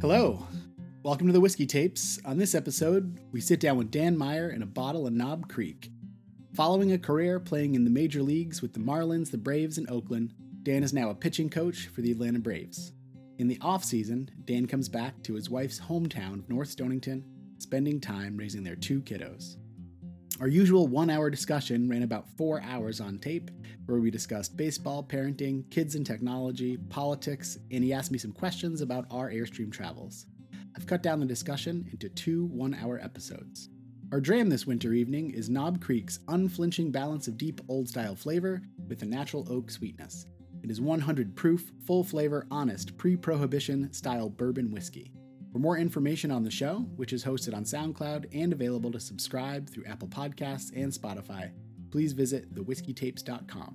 Hello. Welcome to the Whiskey Tapes. On this episode, we sit down with Dan Meyer in a bottle in Knob Creek. Following a career playing in the major leagues with the Marlins, the Braves, and Oakland, Dan is now a pitching coach for the Atlanta Braves. In the offseason, Dan comes back to his wife's hometown of North Stonington, spending time raising their two kiddos. Our usual one hour discussion ran about four hours on tape, where we discussed baseball, parenting, kids and technology, politics, and he asked me some questions about our Airstream travels. I've cut down the discussion into two one hour episodes. Our dram this winter evening is Knob Creek's unflinching balance of deep old style flavor with a natural oak sweetness. It is 100 proof, full flavor, honest, pre prohibition style bourbon whiskey. For more information on the show, which is hosted on SoundCloud and available to subscribe through Apple Podcasts and Spotify, please visit thewhiskeytapes.com.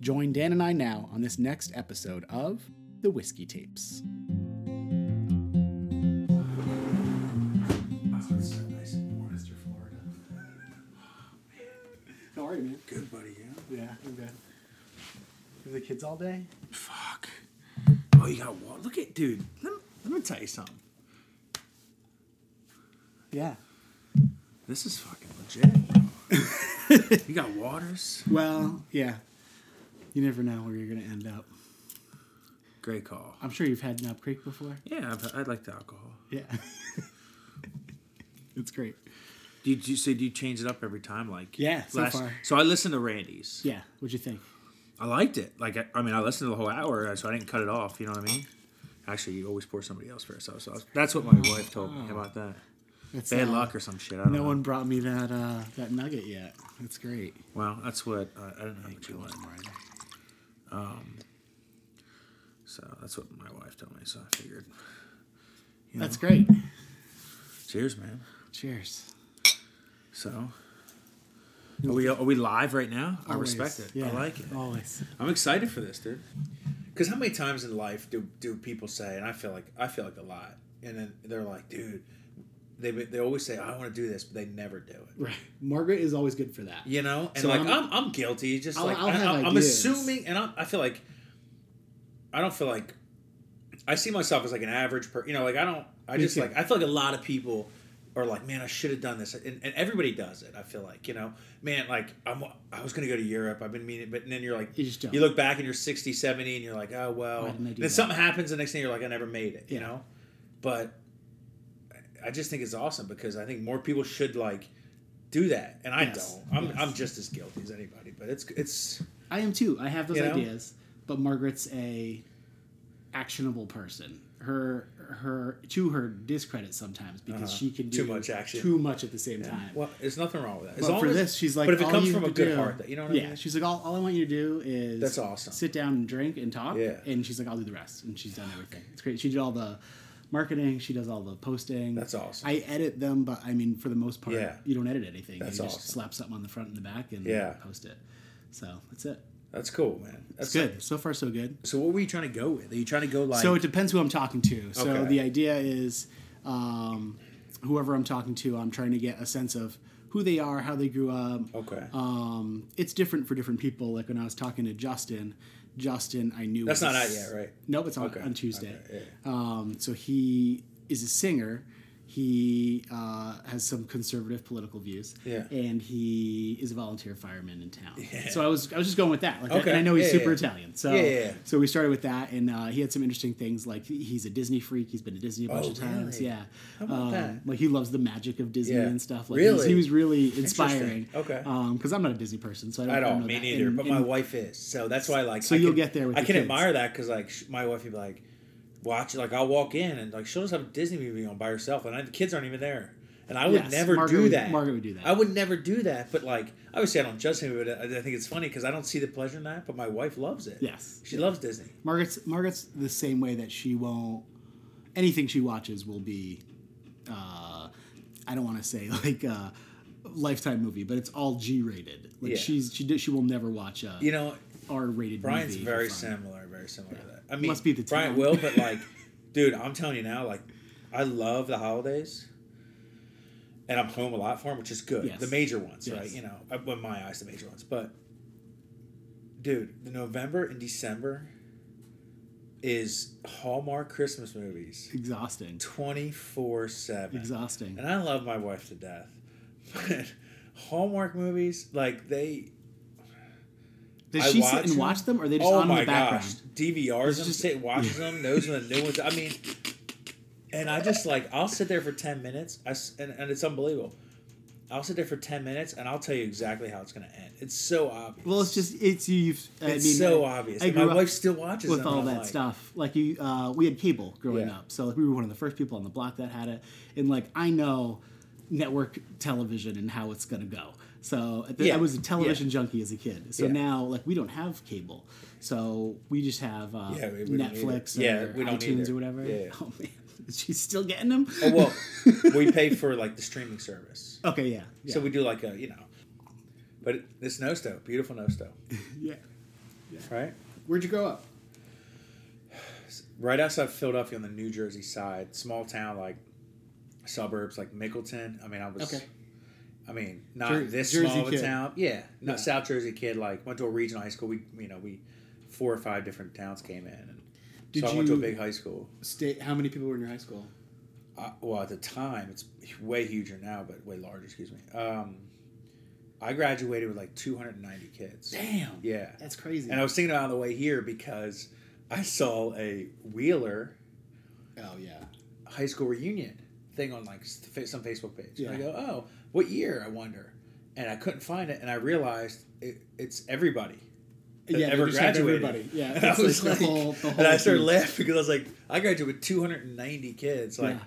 Join Dan and I now on this next episode of The Whiskey Tapes. How are you, man? Good buddy, yeah. Yeah, I'm good. With the kids all day? Fuck. Oh, you got one. Look at, dude. Let me, let me tell you something. Yeah. This is fucking legit. you got waters. Well, yeah. You never know where you're going to end up. Great call. I'm sure you've had Knob Creek before. Yeah, I'd, I'd like the alcohol. Yeah. it's great. Do you, do you say do you change it up every time? Like Yeah, so far. So I listened to Randy's. Yeah, what'd you think? I liked it. Like I, I mean, I listened to the whole hour, so I didn't cut it off. You know what I mean? Actually, you always pour somebody else first. So, so that's what my wife told me about that. It's, Bad uh, luck or some shit. I don't No know. one brought me that uh, that nugget yet. That's great. Well, that's what uh, I don't know what you want. So that's what my wife told me. So I figured. you That's know. great. Cheers, man. Cheers. So, are we are we live right now? Always. I respect it. Yeah, I like it. Always. I'm excited for this, dude. Because how many times in life do do people say, and I feel like I feel like a lot, and then they're like, dude, they they always say I want to do this, but they never do it. Right. Margaret is always good for that. You know, and So like I'm- I'm, I'm guilty. Just I'll- like I'll I, have am ideas. assuming, and I, I feel like I don't feel like I see myself as like an average person. You know, like I don't. I Me just too. like I feel like a lot of people are like, man, I should have done this, and, and everybody does it. I feel like you know, man, like I'm. I was gonna go to Europe. I've been meaning, but and then you're like, You just don't. look back and you're 60, 70, and you're like, oh well. Why didn't I do Then that? something happens, the next thing you're like, I never made it. You Yeah. know, but I- I just think it's awesome because I think more people should like do that, and I Yes. don't. I'm, Yes. I'm just as guilty as anybody, but it's it's I am too. I have those You know? ideas, but Margaret's a actionable person. Her her to her discredit sometimes because Uh-huh. she can do Too much action. too much at the same time. well, there's nothing wrong with that. As But long for as- this, she's like, but if it all comes you from a could good do- heart, that you know what yeah, I mean? she's like, all, all I want you to do is That's awesome. Sit down and drink and talk, Yeah. and she's like, I'll do the rest, and she's done everything. It's great. She did all the marketing, she does all the posting. That's awesome. I edit them, but I mean, for the most part, Yeah. you don't edit anything. That's you just awesome. slap something on the front and the back and Yeah. post it. So that's it. That's cool, man. That's It's good. So far, so good. so what were you trying to go with? Are you trying to go like So it depends who I'm talking to. So Okay. the idea is, um, whoever I'm talking to, I'm trying to get a sense of who they are, how they grew up. okay? Um, it's different for different people. Like when I was talking to Justin, Justin, I knew That's was- not out yet, right? Nope, it's on, Okay. on Tuesday. Okay, um, so he is a singer. He uh, has some conservative political views, Yeah. and he is a volunteer fireman in town. Yeah. So I was I was just going with that. Like, Okay. and I know he's Yeah, super yeah. Italian. So Yeah, yeah, yeah. so we started with that, and uh, he had some interesting things. Like he- he's a Disney freak. He's been to Disney a bunch Oh, of times. really? Yeah, How about Um, that? like he loves the magic of Disney Yeah. and stuff. Like he was- Really? he was really inspiring. Okay. because I'm not a Disney person, so I don't, At I don't all, know me that. neither. And- but and- my wife is, so that's why like. So I you'll can- get there with I your can kids. admire that because like sh- my wife would be like, watch like I'll walk in and like she'll just have a Disney movie on by herself, and I, the kids aren't even there, and I would Yes, never Margaret do would- that. Margaret would do that. I would never do that, but like obviously I don't judge him, but I, I think it's funny because I don't see the pleasure in that, but my wife loves it. Yes. she loves Disney. Margaret's Margaret's the same way that she won't anything she watches will be uh I don't want to say like a lifetime movie, but it's all G rated. Like Yeah. she's she did, she will never watch a You know, R rated movie. Brian's very for fun. similar, very similar to that. I mean, Must be the Brian time. will, but like, dude, I'm telling you now, like, I love the holidays, and I'm home a lot for them, which is good. Yes. The major ones, Yes. right? You know, uh, well, in my eyes, the major ones. But, dude, the November and December is Hallmark Christmas movies Exhausting. twenty four seven. Exhausting. And I love my wife to death, but Hallmark movies like they Does I Oh she sit and them. watch them, or are they just on in the background? DVRs It's them, just- sit, watches them, knows when the new ones. I mean, and I just like I'll sit there for ten minutes. I s and, and it's unbelievable. I'll sit there for ten minutes and I'll tell you exactly how it's going to end. It's so obvious. Well, it's just it's you've. I it's mean, so I- obvious. I And my grew up wife still watches with them, all and I'm that like, stuff. Like you, uh, we had cable growing Yeah. up, so like we were one of the first people on the block that had it. And like I know network television and how it's gonna go. So at the, Yeah. I was a television junkie as a kid. So Yeah. now like we don't have cable, so we just have uh, Yeah, we- we don't Netflix or either. Yeah, we don't iTunes either. or whatever. Yeah, yeah. Oh man, she's still getting them. Oh well, we pay for like the streaming service, okay, yeah, yeah, so we do like a you know, but it- this Nosto, beautiful Nosto, yeah. right? Where'd you grow up? right outside Philadelphia on the New Jersey side, small town like suburbs like Mickleton. I mean, I was. Okay. I mean, not Jer- this Jersey small of a kid. town. Yeah, not Yeah. South Jersey kid. Like went to a regional high school. We you know we four or five different towns came in. And Did so I went to a you- big high school. State. How many people were in your high school? I, well, at the time, it's way huger now, but way larger. Excuse me. Um, I graduated with like 290 kids. Damn. Yeah. That's crazy. And I was thinking about it on the way here because I saw a Wheeler oh yeah. high school reunion thing on like s- fa- some Facebook page. And I Yeah. go, oh, what year? I wonder. And I couldn't find it, and I realized it, it's everybody. that yeah, ever they just have graduated. everybody. Yeah, and I it's was like like, the whole- the and I whole started team. laughing because I was like, I graduated with 290 kids. Like, Yeah.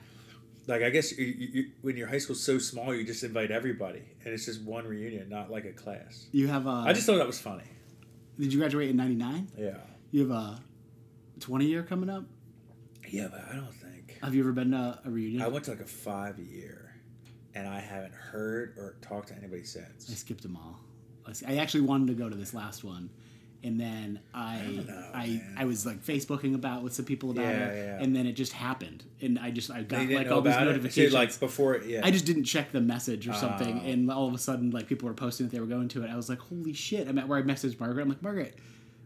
like I guess you, you, you, when your high school's so small, you just invite everybody, and it's just one reunion, not like a class. You have a. I just thought that was funny. Did you graduate in '99? Yeah, You have a 20 year coming up. yeah, but I don't think Have you ever been to a reunion? I went to like a five year, and I haven't heard or talked to anybody since. I skipped them all. I s- I actually wanted to go to this last one, and then I I know, I, man. was like Facebooking about with some people about Yeah, it, yeah. and then it just happened, and I just I They got didn't like know all these about it? notifications. See, like before, it- yeah. I just didn't check the message or something, Oh. and all of a sudden, like people were posting that they were going to it. I was like, "Holy shit!" I'm at where I messaged Margaret. I'm like, "Margaret,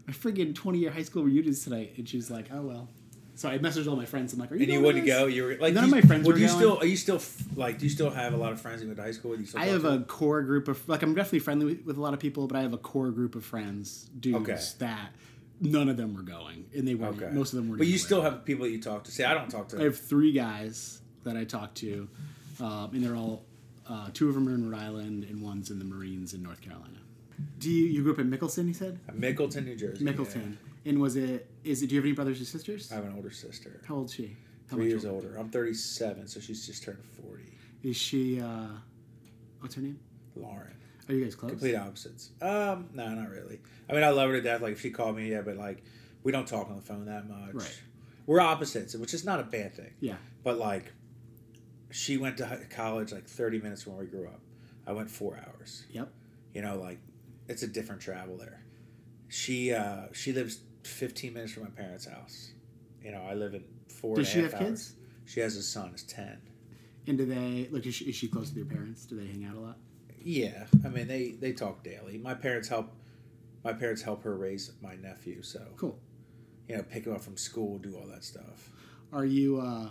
my friggin' 20 year high school reunions tonight," and she's like, "Oh well." So I messaged all my friends. I'm like, "Are you?" and you going wouldn't this?" go. You were like None of you- my friends Well, were do you going. still? Are you still f- like? Do you still have a lot of friends that went to high school? with you still I talk have to a them? core group of like I'm definitely friendly with, with a lot of people, but I have a core group of friends, dudes Okay. that none of them were going, and they were okay. not most of them were. But you still have people that you talk to. See, I don't talk to. I have three guys that I talked to, um, and they're all uh, two of them are in Rhode Island, and one's in the Marines in North Carolina. Do you you grew up in Mickelson? You said Mickleton, New Jersey. Mickelson, and was it is it? Do you have any brothers or sisters? Yeah. I have an older sister, How old is she? How Uh, three much years older? older. I'm 37, so she's just turned 40. Is she? Uh, what's her name? Lauren, Are you guys close? complete opposites. Um, no, not really. I mean, I love her to death. Like if she called me, yeah, but like we don't talk on the phone that much. Right. We're opposites, which is not a bad thing. Yeah. But like, she went to hi- college like 30 minutes when we grew up. I went four hours. Yep. You know, like it's a different travel there. She uh, she lives 15 minutes from my parents' house. You know, I live in four. Does and she a half have hours. She has a son. Is 10. And do they like? Is she, is she close with your parents? Do they hang out a lot? Yeah, I mean they they talk daily. My parents help. My parents help her raise my nephew. So Cool. you know, pick him up from school, do all that stuff. Are you uh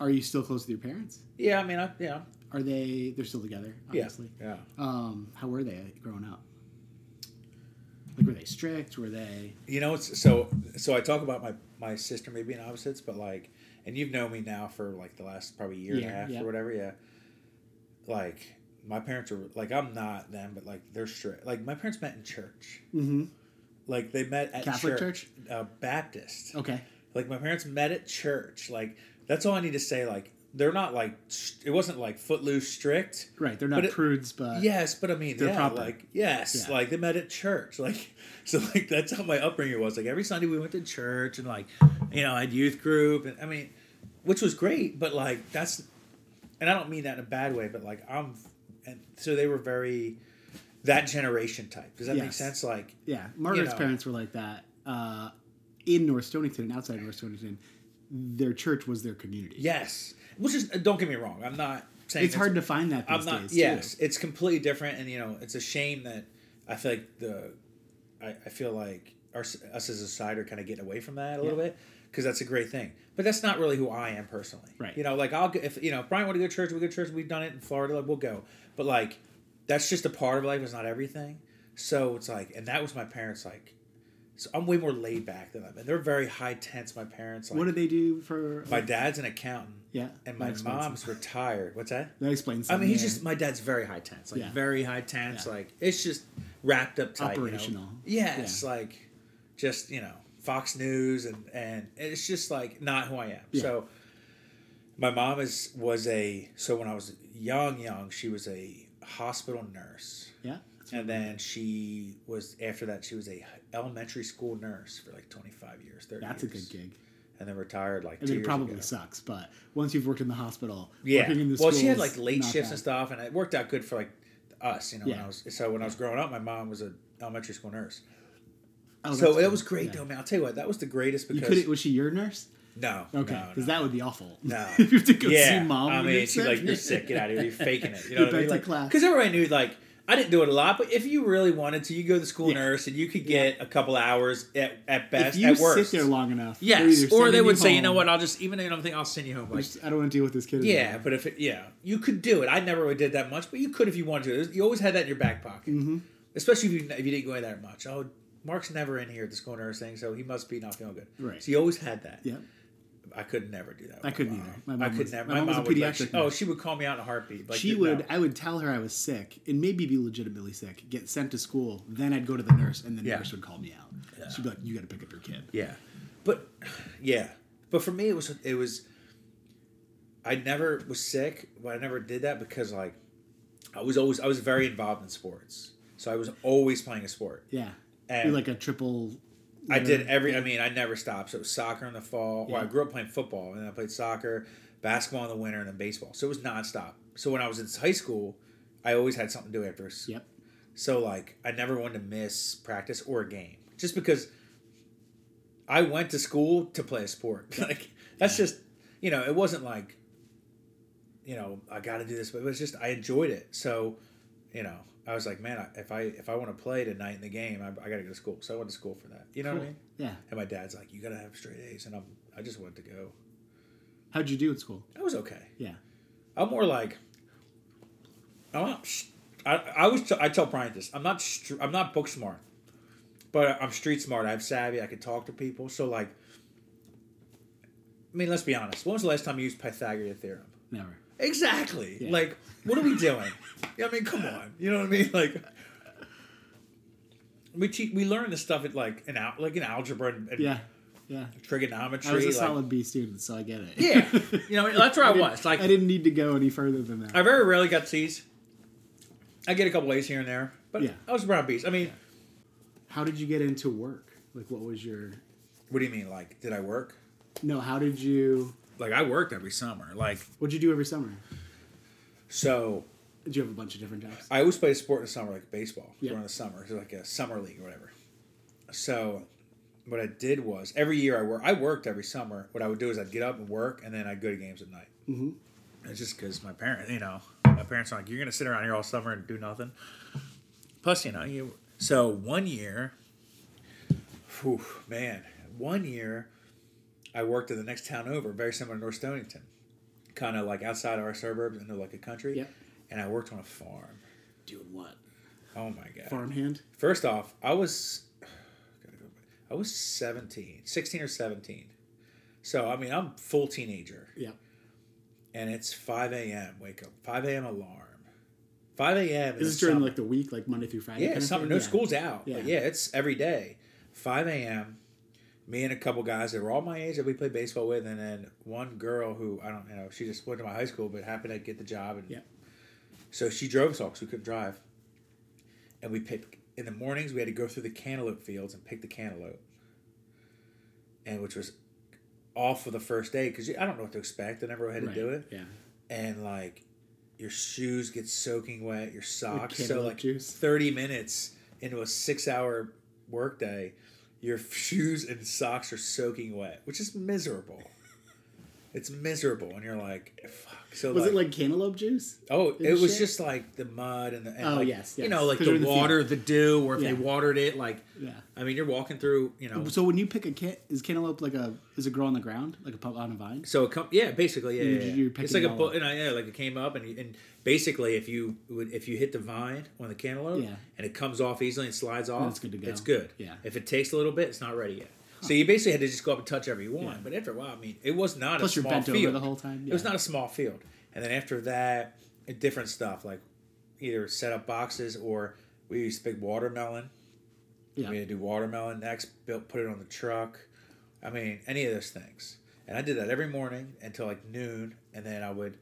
are you still close with your parents? Yeah, I mean, I, yeah, Are they they're still together, Yeah. obviously. yeah. Um how were they growing up? Like were they strict? Were they You know, it's so so. I talk about my my sister maybe in opposites, but like, and you've known me now for like the last probably year and a Yeah, half yeah. or whatever. Yeah, like my parents are like I'm not them, but like they're strict. Like my parents met in church. mm-hmm. Like they met at Catholic church? Oh. uh, Baptist. Okay. Like my parents met at church. Like that's all I need to say. Like they're not like st- it wasn't like footloose strict. Right. They're But not it- prudes, but Yes, but I mean, They're yeah, proper. like yes, Yeah. like they met at church, like so, like that's how my upbringing was. Like every Sunday we went to church, and like you know, I had youth group, and I mean, which was great, but like that's, and I don't mean that in a bad way, but like I'm, and so they were very that generation type. Does that make Yes. sense? Like yeah. Margaret's know. parents were like that. Uh in North Stonington and outside North Stonington, their church was their community. yes, which is don't get me wrong, I'm not saying It's hard to find that these I'm not. days. Yes, Too. it's completely different, and you know, it's a shame that I feel like the, I, I feel like our, us as a society are kind of getting away from that a little bit because that's a great thing. But that's not really who I am personally. Right. You know, like I'll go- if you know if Brian want to go to church, we go to church. We've done it in Florida. Like we'll go. But like that's just a part of life. It's not everything. So it's like, and that was my parents. Like, so I'm way more laid back than them, and they're very high tense. My parents. Like, What did they do for? my dad's an accountant, yeah, and that my explains mom's retired. What's that? That explains. I mean, something, he's yeah. just my dad's very high tense, like Yeah. very high tense, Yeah. like it's just wrapped up tight. you know? Operational. Yeah, it's like just you know Fox News and and it's just like not who I am. Yeah. So my mom is was a so when I was young, young she was a hospital nurse, yeah. and then she was after that she was a elementary school nurse for like twenty five years, thirty. That's a years, good gig. And then retired like. two I mean, it years probably ago. sucks, but once you've worked in the hospital, Yeah. working in the well, she had schools, like late not shifts bad. and stuff, and it worked out good for like us, you know. When Yeah. I was so when I was growing up, my mom was a elementary school nurse, Oh, so that's that cool. was great Yeah. though, man. I'll tell you what, that was the greatest You because could. Was she your nurse? no, Okay, no, because no. that would be awful. No. if you have to go yeah, see mom. I when mean, you're she's sick. like, "You're sick. Get out of here. You're faking it." You know Get what I mean? back to Like, class. Because everybody knew, like, I didn't do it a lot, but if you really wanted to, you go to the school Yeah. nurse and you could get a couple hours at, at best, If you at worst. sit there long enough, they're either yes, or sending they would say, home, "You know what? I'll just even though I'm thinking I'll send you home." I Like, just- I don't want to deal with this kid. anymore." Yeah, but if it, yeah, you could do it. I never really did that much, but you could if you wanted to. It was- You always had that in your back pocket, mm-hmm. especially if you if you didn't go in that much. Oh, Mark's never in here at this corner thing, so he must be not feeling good. Right. So you always had that. yeah. I could never do that. I with couldn't my mom. either. My mom I could was- never. my mom was a would, like, pediatric she- oh, nurse. she would call me out in a heartbeat. Like, she no. would. I would tell her I was sick, and maybe be legitimately sick. Get sent to school, then I'd go to the nurse, and the Yeah. nurse would call me out. She'd be like, "You got to pick up your kid." Yeah, but yeah, but for me it was it was. I never was sick, but I never did that because like, I was always I was very involved in sports, so I was always playing a sport. Yeah, And- You're like a triple. I did every. I mean, I never stopped. So it was soccer in the fall. Well, I Yeah. grew up playing football, and then I played soccer, basketball in the winter, and then baseball. So it was nonstop. So when I was in high school, I always had something to do after. s- Yep. So like, I never wanted to miss practice or a game, just because I went to school to play a sport. like that's just you know, it wasn't like you know I got to do this, but it was just I enjoyed it. So you know. I was like, man, I- if I if I want to play tonight in the game, I, I got to go to school. So I went to school for that. You know what I mean? Yeah. And my dad's like, "You gotta have straight A's," and I'm, I just wanted to go. How'd you do at school? I was okay. Yeah. I'm more like, I'm not. s- I, I was. T- I tell Brian this. I'm not. Str- I'm not book smart, but I'm street smart. I'm savvy. I can talk to people. So like, I mean, let's be honest. When was the last time you used Pythagorean theorem? Never. Exactly. Yeah. Like, what are we doing? I mean, come on. You know what I mean? Like, we teach. We learn this stuff at like an out, like in algebra and, and Yeah. Yeah. trigonometry. I was a like, solid B student, so I get it. Yeah, you know that's where I, was. Like I I, didn't need to go any further than that. very rarely got C's. I get a couple A's here and there, but Yeah. I was around B's. I mean, How did you get into work? Like, what was your? what do you mean? Like, did I work? No, how did you? Like, I worked every summer. Like, What'd you do every summer? so Did you have a bunch of different jobs? I always played a sport in the summer, like baseball Yeah. during the summer, It was like a summer league or whatever. So, what I did was every year I work. I worked every summer. What I would do is I'd get up and work, and then I'd go to games at night. Mhm. It's just because my parents, you know, my parents are like, "You're gonna sit around here all summer and do nothing." Plus, you know, you. So one year, whew, man, one year, I worked in the next town over, very similar to North Stonington, kind of like outside our suburbs into like a country. Yep. And I worked on a farm. Doing what? Oh my god. Farmhand. First off, I was gotta go back. I was 17, 16 or 17. So, I mean, I'm full teenager Yep. and it's 5 a.m. Wake up. 5 a.m. alarm. 5 a.m. Is this during like the week, like Monday through Friday? Yeah, kind of summer. thing? No Yeah. school's out. Yeah. Yeah. yeah, it's every day. 5 a.m. Me and a couple guys that were all my age that we played baseball with, and then one girl who I don't know, she just went to my high school, but happened to get the job. And Yeah. so she drove us all because we couldn't drive. And we picked in the mornings. We had to go through the cantaloupe fields and pick the cantaloupe, and which was awful the first day because I don't know what to expect. I never had to Right. do it, Yeah. and like your shoes get soaking wet, your socks. So cantaloupe like juice. thirty minutes into a six-hour workday, your shoes and socks are soaking wet, which is miserable. It's miserable, and you're like, fuck. So Was it like cantaloupe juice? Oh, Did it you was share? just like the mud and the and Oh, like, yes, you yes. know like 'Cause you're the in the water, the dew, or if Yeah. they watered it like Yeah. I mean you're walking through you know So when you pick a can, is cantaloupe like a is a girl on the ground like a pup on a vine? so it come yeah basically yeah, You- yeah, yeah. you're it's picking like a it all bu- up. and I, yeah like it came up and and basically if you would if you hit the vine on the cantaloupe Yeah. and it comes off easily and slides off it's good to go. it's good Yeah. if it takes a little bit it's not ready yet so you basically had to just go up and touch every one but after a while I mean it was not Plus a you're small bent over field the whole time, it was yeah. not a small field and then after that different stuff like either set up boxes or we used big watermelon Yeah. We had to do watermelon next, built, put it on the truck. I mean, any of those things. And I did that every morning until like noon, and then I would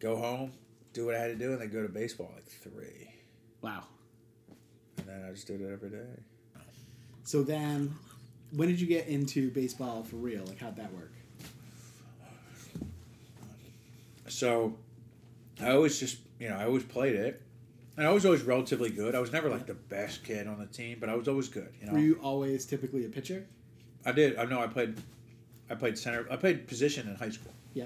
go home, do what I had to do, and then go to baseball at like three. Wow. And then I just did it every day. So then, when did you get into baseball for real? Like how'd that work? So I always just, you know, I always played it. And I was always relatively good. I was never like the best kid on the team, but I was always good. You know, Were you always typically a pitcher? I did. I know I played. I played center. I played position in high school. Yeah.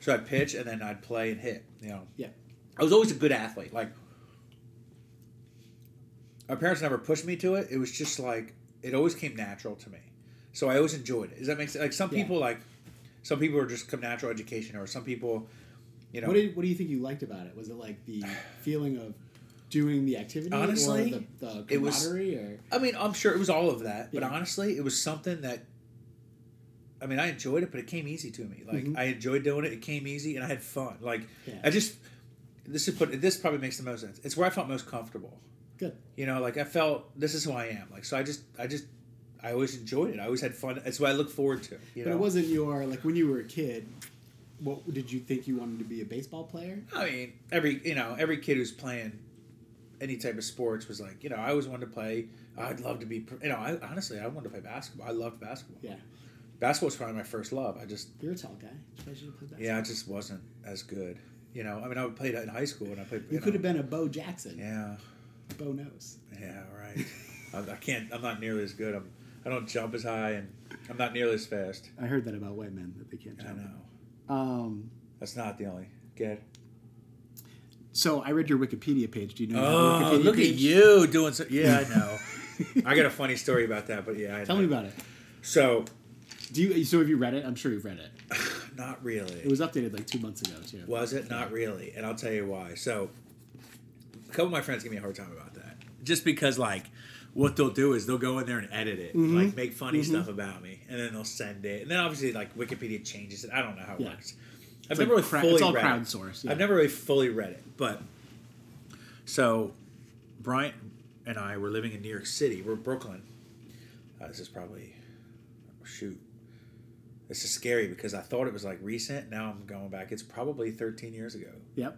So I'd pitch and then I'd play and hit. You know, Yeah. I was always a good athlete. Like my parents never pushed me to it. It was just like it always came natural to me. So I always enjoyed it. Does that make sense? Like some Yeah. people like some people are just come natural education or some people you know What did What do you think you liked about it? Was it like the feeling of doing the activity, Honestly, or the, the it was- camaraderie, or I mean, I'm sure it was all of that, but Yeah. honestly, it was something that I mean, I enjoyed it, but it came easy to me. Like Mhm. I enjoyed doing it, it came easy, and I had fun. Like Yeah. I just this is put this probably makes the most sense. It's where I felt most comfortable. good? You know, like I felt this is who I am. Like so, I just, I just, I always enjoyed it. I always had fun. That's what I look forward to. You But know, it wasn't your like when you were a kid. What did you think you wanted to be a baseball player? I mean, every you know, every kid who's playing any type of sports was like, you know, I always wanted to play. I'd love to be, pr- you know, I honestly, I wanted to play basketball. I loved basketball. Yeah, Basketball was probably my first love. I just, you're a tall guy. You should have played basketball. yeah, I just wasn't as good. You know, I mean, I played in high school and I played. You know, could have been a Bo Jackson. Yeah, Bo knows. yeah, right. I, I can't. I'm not nearly as good. I'm. I don't jump as high, and I'm not nearly as fast. I heard that about white men that they can't I jump. know. Um, That's not the only good. so I read your Wikipedia page. Do you know? you have a Oh, Wikipedia look at page? you doing so. Yeah, I know. I got a funny story about that, but yeah, I Tell know. me about it. So, Do you? So have you read it? I'm sure you've read it. not really. It was updated like two months ago too. Was it not really? And I'll tell you why. So, a couple of my friends give me a hard time about that, just because like what they'll do is they'll go in there and edit it, Mm-hmm. like make funny stuff about me, and then they'll send it, and then obviously like Wikipedia changes it. I don't know how it Yeah. works. I've like never really crowd- fully it's all read it. crowdsourced, yeah. I've never really fully read it, but so Bryant and I were living in New York City. We're Brooklyn. Uh, this is probably oh, shoot. This is scary because I thought it was like recent. Now I'm going back. It's probably 13 years ago, Yep.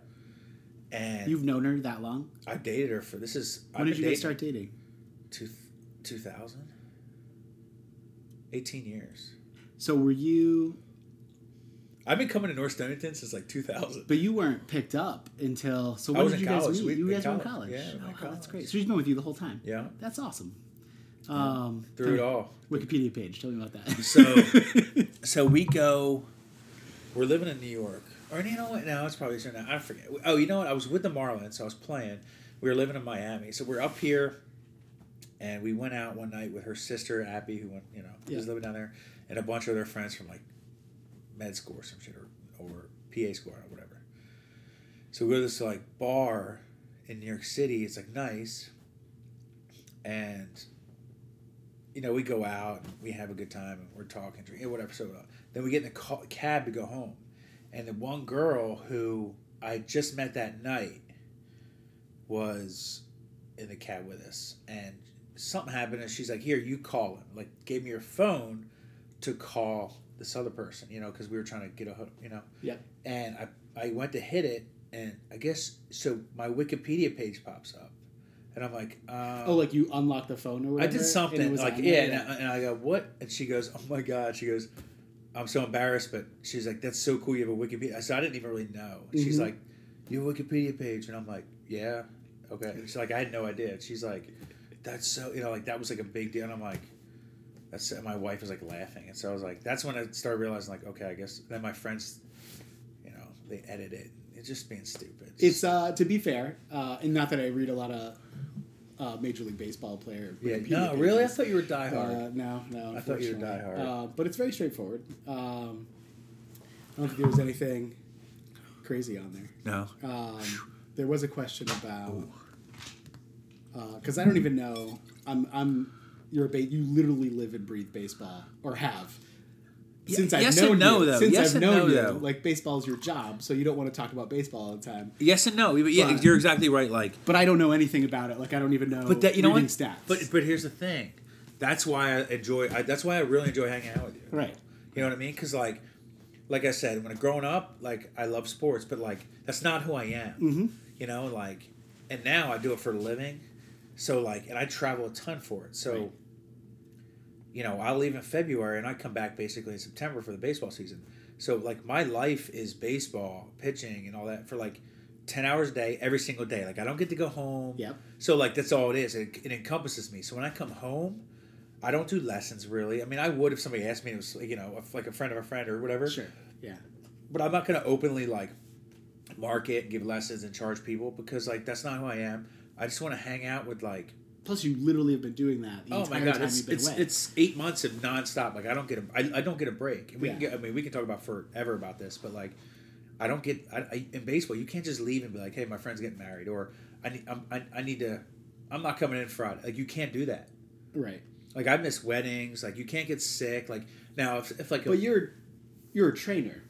and You've known her that long. I dated her for this is. When did you guys start dating? Two, 2000. 18 years. So were you? I've been coming to North Stonington since like 2000. But you weren't picked up until. So I when was did in you guys college. meet? We- you in guys were in college. college. Yeah, oh, in wow, that's college. great. So she's been with you the whole time. Yeah. That's awesome. Um, Through tell it me- all. Wikipedia page. Tell me about that. So, so we go. We're living in New York, or you know what? No, it's probably soon. I forget. Oh, you know what? I was with the Marlins. I was playing. We were living in Miami, so we're up here, and we went out one night with her sister Appy, who went, you know, was Yeah. living down there, and a bunch of their friends from like med school or some shit, or, or PA school or whatever. So we go to this like bar in New York City. It's like nice, and you know, we go out, we have a good time, and we're talking, drinking, whatever. So uh, then we get in the ca- cab to go home, and the one girl who I just met that night was in the cab with us, and something happened, and she's like, "Here, you call him." Like, gave me her phone to call this other person, you know, because we were trying to get a hook, you know yep. and I, I went to hit it and I guess so my Wikipedia page pops up and I'm like uh, Oh, like you unlocked the phone or I whatever. did and it something was like on yeah there? and I, and I go what and she goes oh my god she goes I'm so embarrassed but she's like that's so cool you have a Wikipedia so I didn't even really know And she's Mhm. like you have a Wikipedia page and I'm like yeah okay and she's like I had no idea And she's like that's so you know like that was like a big deal and I'm like That's and my wife was like laughing, and so I was like, that's when I started realizing like, okay, I guess. Then my friends, you know, they edit it. It's just being stupid. It's uh, to be fair, uh, and not that I read a lot of uh, Major League Baseball player. yeah. Wikipedia No, really, I pages. thought you were diehard. Uh, no, no. I thought you were unfortunately. diehard. Uh, but it's very straightforward. Um, I don't think there was anything crazy on there. no. Um, there was a question about because I don't even know. I'm I'm you're a ba- you literally live and breathe baseball or have. Ye- Since yes I've and known no, you, though. since Yes I've and known no, you, though. like baseball's your job, so you don't want to talk about baseball all the time. Yes and no. But yeah, But- you're exactly right. Like, But I don't know anything about it. Like I don't even know. but that you know what? reading stats. But but here's the thing. That's why I enjoy. I, that's why I really enjoy hanging out with you. right, You know what I mean? Because like, like I said, when growing up, like I love sports, but like that's not who I am. Mm-hmm. You know, like, and now I do it for a living. So like, and I travel a ton for it. So, Right. you know, I leave in February and I come back basically in September for the baseball season. So like, my life is baseball, pitching, and all that for like. 10 hours a day every single day like i don't get to go home Yep. so like that's all it is it, it encompasses me so when i come home I don't do lessons really. I mean, I would if somebody asked me, it was you know, if, like a friend of a friend or whatever. sure, yeah, But I'm not going to openly like market, give lessons, and charge people because like that's not who I am. I just want to hang out with like, Plus, you literally have been doing that the oh my entire god, time it's you've been it's, away. it's eight months of nonstop. Like I don't get a, I, I don't get a break. And we can Yeah. get, I mean, we can talk about forever about this, but like, I don't get I, I, in baseball. You can't just leave and be like, hey, my friend's getting married, or I need I'm, I, I need to, I'm not coming in Friday. Like you can't do that. right. Like I miss weddings. Like you can't get sick. Like now, if, if like a- But you're you're a trainer,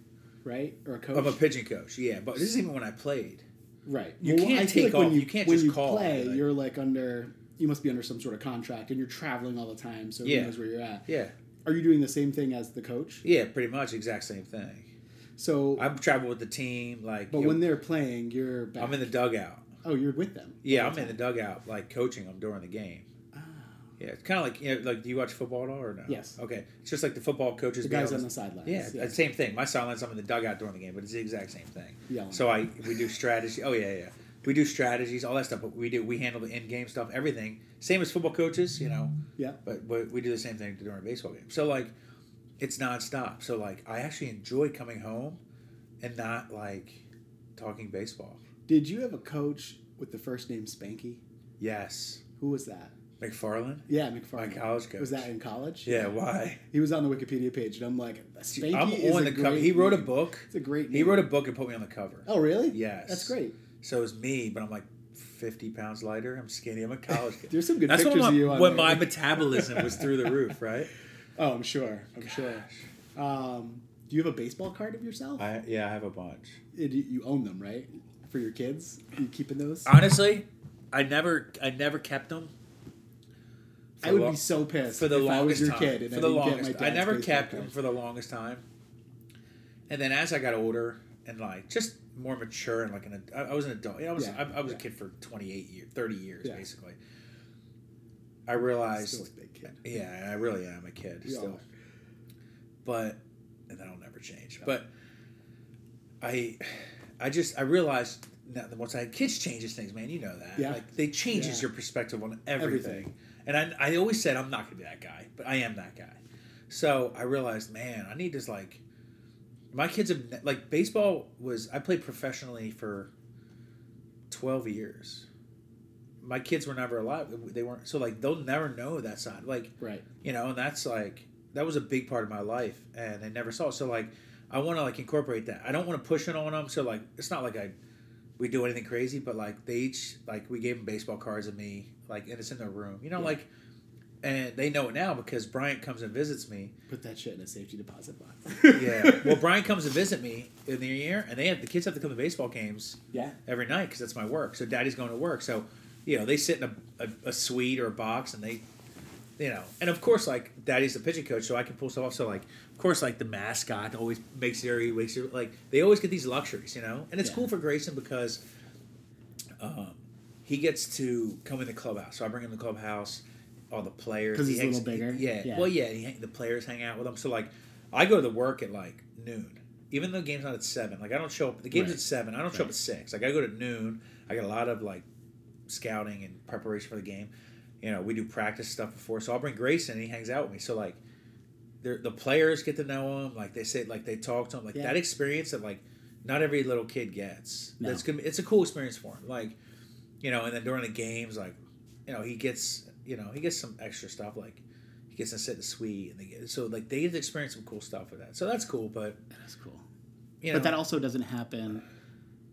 right, or a coach? I'm a pitching coach. Yeah, but this is even when I played. right. you can't I feel take when off- You, you can't when just you call, Play, like- you're like under. You must be under some sort of contract, and you're traveling all the time, so Yeah. who knows where you're at? Yeah, Are you doing the same thing as the coach? yeah, pretty much exact same thing. So, I've traveled with the team. Like, but you know, when they're playing, you're back. I'm in the dugout. oh, you're with them. Yeah, I'm in the dugout, like coaching them during the game. Yeah, it's kind of like you know, like do you watch football at all or no? Oh. Yes. Okay, it's just like the football coaches. The being guys on on the- the sidelines. Yeah, uh, same thing. My silence. I'm in the dugout during the game, but it's the exact same thing. Yelling. So I we do strategy. Oh yeah, yeah. We do strategies, all that stuff. But we do we handle the in game stuff, everything. Same as football coaches, you know. Yeah. But, but we do the same thing during a baseball game. So like, it's nonstop. So like, I actually enjoy coming home, and not like talking baseball. Did you have a coach with the first name Spanky? Yes, Who was that? McFarland, Yeah, McFarland. my college coach. Was that in college? Yeah. Why? He was on the Wikipedia page, and I'm like, Spanky I'm is on a the cover. great He wrote a name. book. It's a great name. He wrote a book and put me on the cover. Oh, really? Yes. That's great. So it's me, but I'm like 50 pounds lighter. I'm skinny. I'm a college kid. There's some good That's when, pictures my, of you on when there. my metabolism was through the roof, right? Oh, I'm sure. I'm sure. Um, do you have a baseball card of yourself? I, yeah, I have a bunch. It- you- you own them, right? For your kids, you keeping those? Honestly, I never, I never kept them. I would lo- be so pissed for the if I was longest your time. kid and for I the didn't longest, get my I dad's never baseball kept them card. for the longest time. And then as I got older and like just more mature and like an, ad- I I was an adult. You know, I was, Yeah, I, I was yeah. a kid for 28 years, 30 years Yeah. basically. I Still realized, a big kid. yeah, I really am a kid We all still. are. but and that'll never change. But I, I just I realized now that once I had kids changes things, man. You know that. Yeah. Like they changes Yeah. your perspective on Everything. everything. And I, I always said I'm not gonna be that guy, but I am that guy. So I realized, man, I need this like. My kids have ne- like baseball was I played professionally for twelve years. My kids were never alive. They weren't so like they'll never know that side. Like Right. you know and that's like that was a big part of my life and i never saw it. so like i want to like incorporate that i don't want to push it on them so like it's not like i we do anything crazy but like they each like we gave them baseball cards of me like and it's in their room you know Yeah. like and they know it now because bryant comes and visits me Put that shit in a safety deposit box. yeah well bryant comes and visit me in the year and they have the kids have to come to baseball games yeah. every night because that's my work. So daddy's going to work. So, you know, they sit in a, a, a suite or a box and they, you know, and of course, like daddy's the pitching coach, so I can pull stuff off. So, like, of course, like the mascot always makes their, makes their like, they always get these luxuries, you know? And it's Yeah. cool for Grayson because um, he gets to come in the clubhouse. So I bring him to the clubhouse, all the players. 'Cause he he's a little hangs- bigger? Yeah. Yeah. Well, yeah, he, hang- the players hang out with him. So, like, I go to work at like noon. Even though the game's not at seven, like I don't show up. The game's Right. at seven. I don't show up Right. at six. Like I go to noon. I get a lot of like scouting and preparation for the game. you know, we do practice stuff before. So I'll bring Grayson. He hangs out with me. So like, they're- the players get to know him. Like they say, like they talk to him. Like Yeah. that experience that like not every little kid gets. No. That's gonna be, it's a cool experience for him. Like, you know, and then during the games, like, you know, he gets you know he gets some extra stuff. Like he gets to sit in the suite, and they get so like they get to experience some cool stuff with that. So that's cool. But That's cool. you know, But that also doesn't happen.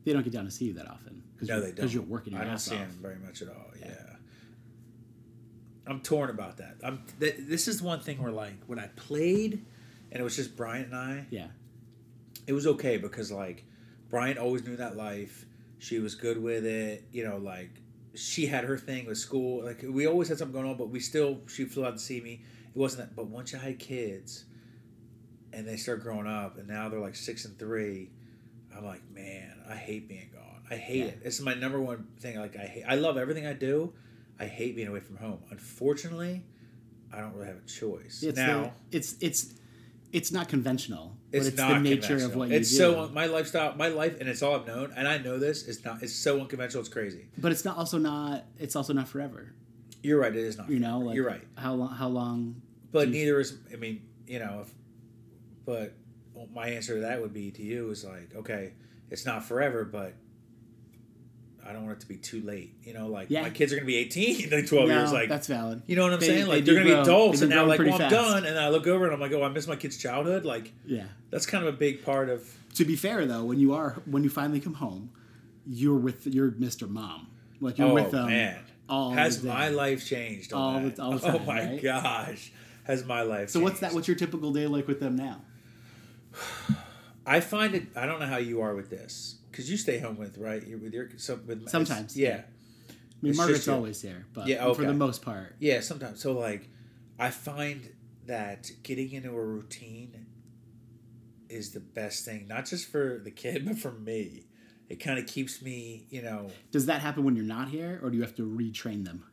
They don't get down to see you that often. Cause No, you're- they don't. Because you're working your I don't ass see off. him very much at all. Yeah. I'm torn about that. I'm. Th- this is one thing where like when I played, and it was just Brian and I. Yeah. It was okay because like Brian always knew that life. She was good with it. You know, like she had her thing with school. Like we always had something going on, but we still she flew out to see me. It wasn't that. But once I had kids, and they start growing up, and now they're like six and three. I'm like, man, I hate being gone. I hate Yeah. it. It's my number one thing. Like I hate. I love everything I do. I hate being away from home. Unfortunately, I don't really have a choice It's now. the, it's it's it's not conventional. It's but it's not the nature of conventional. what it's you do. so my lifestyle, my life, and it's all I've known, and I know this. It's not. It's so unconventional. It's crazy. but it's not also not it's also not forever. You're right. It is not. You know, like You're right. How long? How long? But you- neither is. I mean, you know, if, but my answer to that would be to you is like, okay, it's not forever, but I don't want it to be too late. You know, like Yeah. my kids are gonna be 18, like 12 No, years, like. that's valid. you know what I'm they- saying? they Like do they're gonna be grow- adults, they do and now grow like, pretty well, I'm fast. done, and I look over and I'm like, oh, I miss my kid's childhood. Like Yeah. that's kind of a big part of To be fair though, when you are when you finally come home, you're with you're Mr. Mom. Like you're oh, with um, them man. all Has the day. my life changed? on All the- that? all the time, Oh my right? gosh, has my life? So what's that? changed? What's your typical day like with them now? I find it. I don't know how you are with this because you stay home with right You're with your so with it's- Sometimes. Yeah, I mean, It's Margaret's just you. always there, but Yeah, okay. for the most part, yeah. Sometimes. So like, I find that getting into a routine is the best thing, not just for the kid, but for me. It kind of keeps me, you know. does that happen when you're not here, or do you have to retrain them?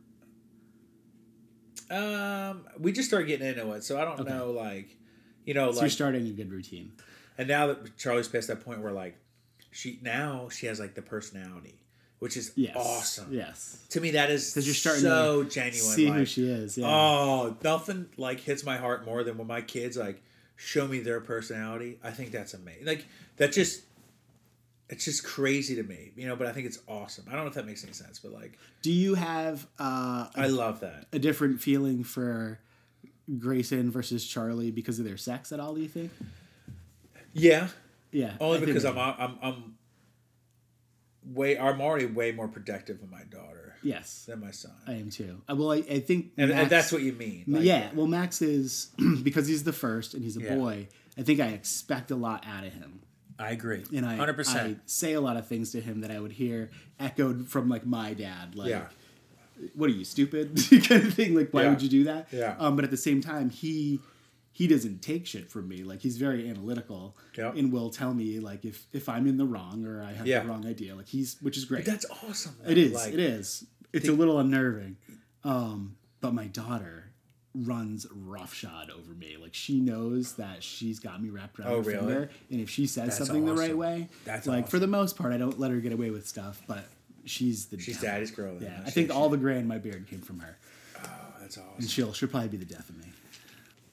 Um, we just started getting into it, so I don't Okay. know, like, you know, So you're like starting a good routine. And now that Charlie's past that point where like she now she has like the personality, which is Yes. awesome. Yes. To me, that is 'Cause you're starting so genuine. See who like, she is. Yeah. Oh, nothing like hits my heart more than when my kids like show me their personality. I think that's amazing. Like that just it's just crazy to me, you know. But I think it's awesome. I don't know if that makes any sense, but like Do you have uh, I love that. a different feeling for Grayson versus Charlie because of their sex at all? Do you think? Yeah, Yeah. I Only think because we- I'm, I'm I'm way I'm already way more protective of my daughter Yes, than my son. I am too. Uh, Well, I, I think. and, and Max- that's what you mean. like- yeah. Well, Max is because he's the first and he's a Yeah. boy. I think I expect a lot out of him. I agree. and I, hundred I percent. say a lot of things to him that I would hear echoed from like my dad, like Yeah, "What are you stupid?" kind of thing. Like, why Yeah. would you do that? Yeah. Um, but at the same time, he he doesn't take shit from me. Like he's very analytical Yeah. and will tell me like if if I'm in the wrong or I have Yeah. the wrong idea. Like he's which is great. that's awesome. though. It is. Like, it is. It's a little unnerving. Um, but my daughter runs roughshod over me. Like she knows that she's got me wrapped around Oh, her really? finger, and if she says That's something the right awesome. way, That's like for awesome. the most part, I don't let her get away with stuff. But she's the She's devil. daddy's girl. then, Yeah, huh? I She- think she- all the gray in my beard came from her, oh, that's and awesome. she'll she'll probably be the death of me.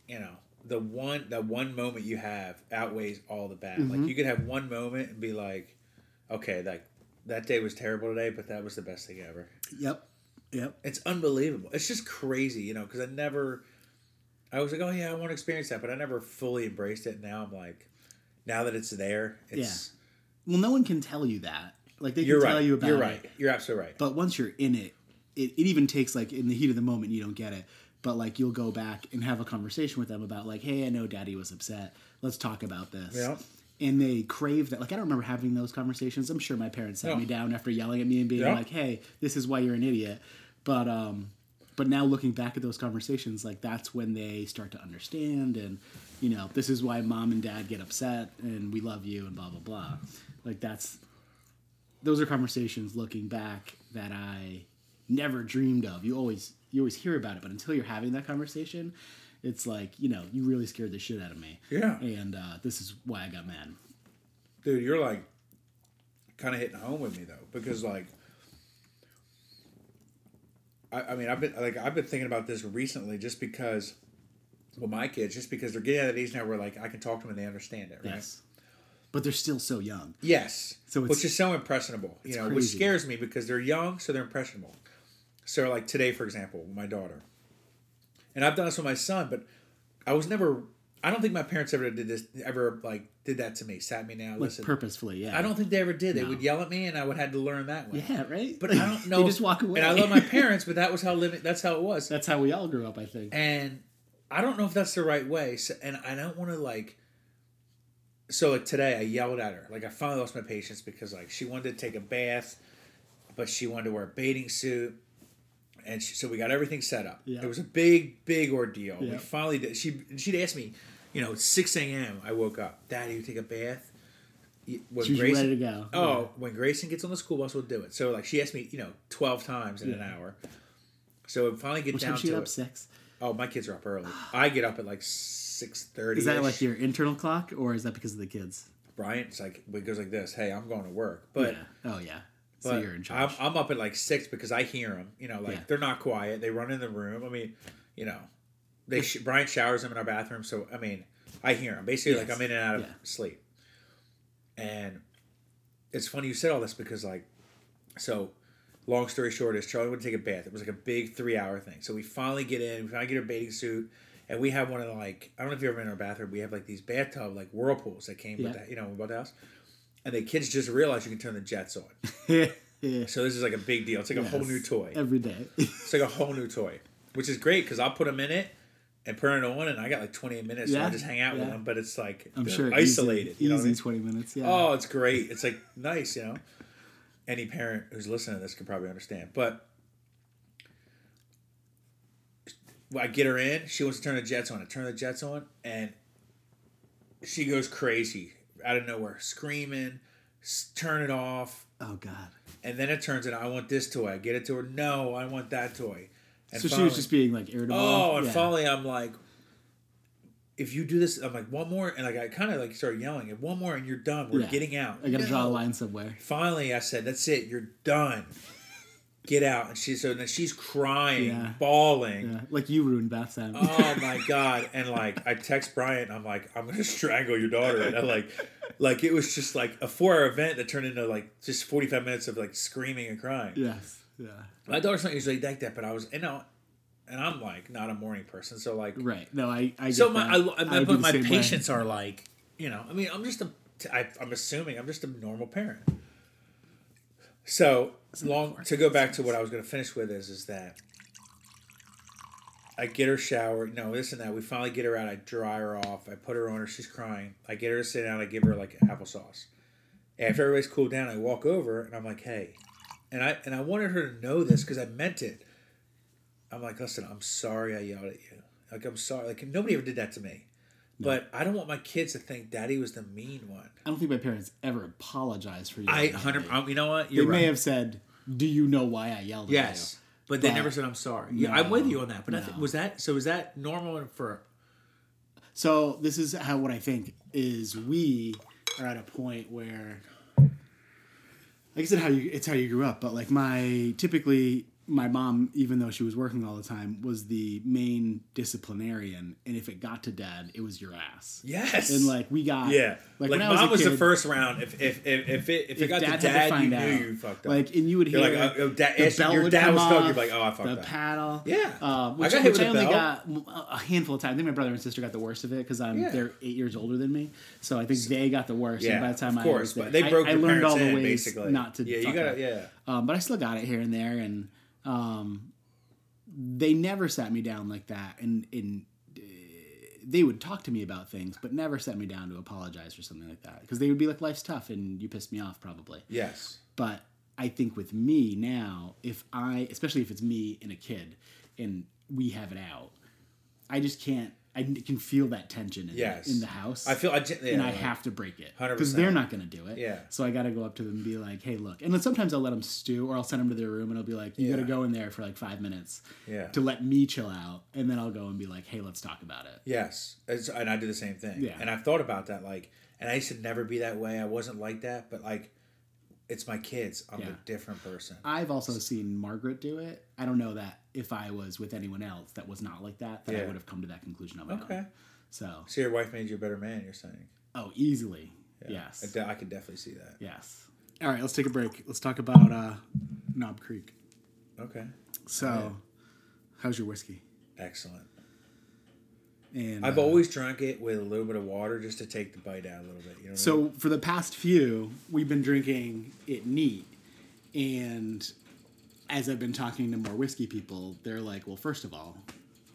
You know, the one the one moment you have outweighs all the bad. Like you could have one moment and be like, okay, like that day was terrible today, but that was the best thing ever. Yep, yep. It's unbelievable. It's just crazy, you know, because I never. I was like, oh yeah, I want to experience that, but I never fully embraced it. Now I'm like, now that it's there, it's Well, no one can tell you that. Like they can you're tell right. you You about are it, right. You're absolutely right. but once you're in it, it, it even takes like in the heat of the moment you don't get it but like you'll go back and have a conversation with them about like hey i know daddy was upset let's talk about this Yeah. and they crave that like i don't remember having those conversations i'm sure my parents sat No. me down after yelling at me and being Yeah. like hey this is why you're an idiot but um but now looking back at those conversations like that's when they start to understand and you know this is why mom and dad get upset and we love you and blah blah blah like that's those are conversations looking back that I never dreamed of. You always you always hear about it, but until you're having that conversation, it's like you know you really scared the shit out of me. Yeah. and uh, this is why I got mad. dude you're like kind of hitting home with me though because like I, I mean, I've been like I've been thinking about this recently, just because. Well, my kids, just because they're getting out of these now, where like I can talk to them and they understand it, right? Yes. But they're still so young. Yes. So So it's- which is so impressionable, you it's know, which crazy. scares me because they're young, so they're impressionable. So like today, for example, my daughter, and I've done this with my son, but I was never. I don't think my parents ever did this. Ever like did that to me? Sat me down. Like listen. purposefully, yeah. I don't think they ever did. They No. would yell at me, and I would have to learn that way. Yeah, right. But I don't know. they just walk away. And I love my parents, but that was how living. That's how it was. That's how we all grew up, I think. And I don't know if that's the right way. So, and I don't want to like. So like today, I yelled at her. Like I finally lost my patience because like she wanted to take a bath, but she wanted to wear a bathing suit, and she, so we got everything set up. Yeah. It was a big, big ordeal. Yeah. We finally did. She she'd asked me, you know, six a.m. I woke up. Daddy, you take a bath. You- When She was Grayson- ready to go. Oh, when Grayson gets on the school bus, we'll do it. So like she asked me, you know, twelve times in an hour. So we finally get Which down time she to get it. up six? Oh, my kids are up early. I get up at like six thirty. Is that like your internal clock, or is that because of the kids? Bryant's like it goes like this? Hey, I'm going to work, but. yeah. Oh yeah. So But you're in charge. I'm, I'm up at like six because I hear them. You know, like Yeah. they're not quiet. They run in the room. I mean, you know, they sh- Brian showers them in our bathroom. So I mean, I hear them. Basically, like Yes. I'm in and out of Yeah. sleep. And it's funny you said all this because like, so long story short is Charlie would take a bath. It was like a big three hour thing. So we finally get in. We finally get our bathing suit. And we have one of the, like I don't know if you've ever been in our bathroom. We have like these bathtub like whirlpools that came with Yeah. that you know about the house, and the kids just realized you can turn the jets on. Yes. So this is like a big deal. It's like a whole new toy. every day. It's like a whole new toy, which is great because I'll put them in it and put it on, and I got like 28 minutes. so Yeah, I just hang out yeah. with them, but it's like I'm they're sure easy- isolated. Easy, you know what I mean? twenty minutes. Yeah. Oh, it's great. It's like nice, you know. Any parent who's listening to this can probably understand, but. when I get her in. She wants to turn the jets on. I turn the jets on, and she goes crazy out of nowhere, screaming, s- "Turn it off!" Oh god. And then it turns into I want this toy. I get it to her. No, I want that toy. And so she finally- was just being like irritable. oh, and yeah. finally I'm like, if you do this, I'm like one more, and like I kind of like start yelling at one more, and you're done. We're Yeah. getting out. I gotta No. draw a line somewhere. Finally, I said, that's it. You're done. Get out. And she so then she's crying, Yeah. bawling. Yeah. Like you ruined bath time. Oh my god! And like, I text Brian. I'm like, I'm gonna strangle your daughter. And I like, like it was just like a four hour event that turned into like just 45 minutes of like screaming and crying. yes. Yeah. My daughter's not usually like that, but I was, you know, and I'm like not a morning person, so like, Right. No, I. I so get my, that. I, I, would do but the my same way. patients are like, you know, I mean, I'm just a, I, I'm assuming I'm just a normal parent. So long to go back to what I was going to finish with is, is that I get her showered, no, this and that. We finally get her out. I dry her off. I put her on her. She's crying. I get her to sit down. I give her like applesauce. After everybody's cooled down, I walk over and I'm like, hey, and I and I wanted her to know this because I meant it. I'm like, listen, I'm sorry I yelled at you. Like I'm sorry. Like nobody ever did that to me. But I don't want my kids to think Daddy was the mean one. I don't think my parents ever apologized for you. I hundred. um, You know what? They You're right. may have said, "Do you know why I yelled at you?" yes, but they But- never said I'm sorry. Yeah, I'm with you on that. But I think, no. was that so? Is that normal for? So this is how what I think is we are at a point where like I said how you it's how you grew up, but like my typically my mom, even though she was working all the time, was the main disciplinarian, and if it got to dad, it was your ass. Yes. And like we got yeah. Like, like, when I mom was, was, a kid, the first round. If if if if it, if it If got dad to had dad, to you find knew out, you fucked up. like and you would hear You're like, oh, oh, dad- the ask- bell your would dad come was off, talking, you'd be like, oh, I fucked the up. paddle, Yeah. Uh, I which I, got hit with which I a only bell. got mm, a handful of times. I think my brother and sister got the worst of it because I'm Yeah. they're eight years older than me, so I think they got the worst. Yeah, and by the time of I course, was there, but they broke I, I your learned parents all the in, ways basically. not to. Yeah, you fuck gotta- up. yeah. Um, but I still got it here and there, and um, they never sat me down like that, and and uh, they would talk to me about things, but never sat me down to apologize for something like that because they would be like, "Life's tough, and you pissed me off, probably." yes. but I think with me now, if I, especially if it's me and a kid, and we have it out, I just can't. I can feel that tension in, Yes. the, in the house. I feel I gen- yeah, and I like- have to break it 100%. because they're not going to do it. Yeah. So I got to go up to them and be like, "Hey, look." And then sometimes I'll let them stew, or I'll send them to their room, and I'll be like, "You got to Yeah. go in there for like five minutes Yeah. to let me chill out," and then I'll go and be like, "Hey, let's talk about it." Yes, It's- and I do the same thing. Yeah. and I've thought about that. Like, and I used to never be that way. I wasn't like that, but like, it's my kids. I'm Yeah. a different person. I've also seen Margaret do it. I don't know that if I was with anyone else that was not like that, that I Yeah. would have come to that conclusion on my Okay. own. So, So your wife made you a better man. You're saying. oh, easily. I, Yes. de- I can definitely see that. Yes. All right, let's take a break. Let's talk about uh, Knob Creek. Okay. So, how's your whiskey? Excellent. And I've uh, always drunk it with a little bit of water just to take the bite out a little bit. You know. what I mean? uh, So for the past few, we've been drinking it neat, and as I've been talking to more whiskey people, they're like, "Well, first of all,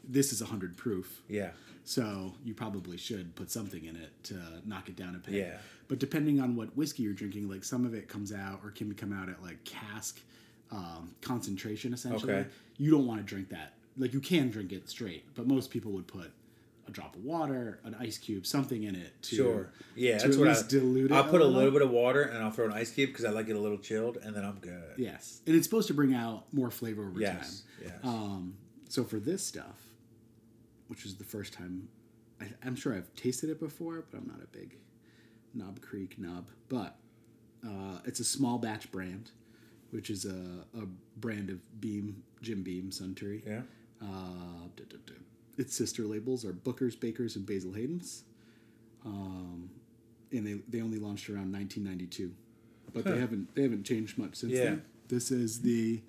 this is hundred proof, Yeah. so you probably should put something in it to knock it down a peg." Yeah. But depending on what whiskey you're drinking, like some of it comes out or can come out at like cask um, concentration, essentially. Okay. You don't want to drink that. Like you can drink it straight, but most people would put a drop of water, an ice cube, something in it to Sure. Yeah, to that's at what least I dilute it. I'll put a little bit. bit of water and I'll throw an ice cube because I like it a little chilled, and then I'm good. Yes, and it's supposed to bring out more flavor over Yes. time. Yes. Um, so for this stuff, which is the first time, I, I'm sure I've tasted it before, but I'm not a big Knob Creek nub. But uh, it's a small batch brand, which is a, a brand of Beam Jim Beam Suntory. yeah. Uh, duh, duh, duh. Its sister labels are Booker's, Baker's, and Basil Hayden's. Um, and they, they only launched around 1992, but they haven't they haven't changed much since Yeah. then. This is the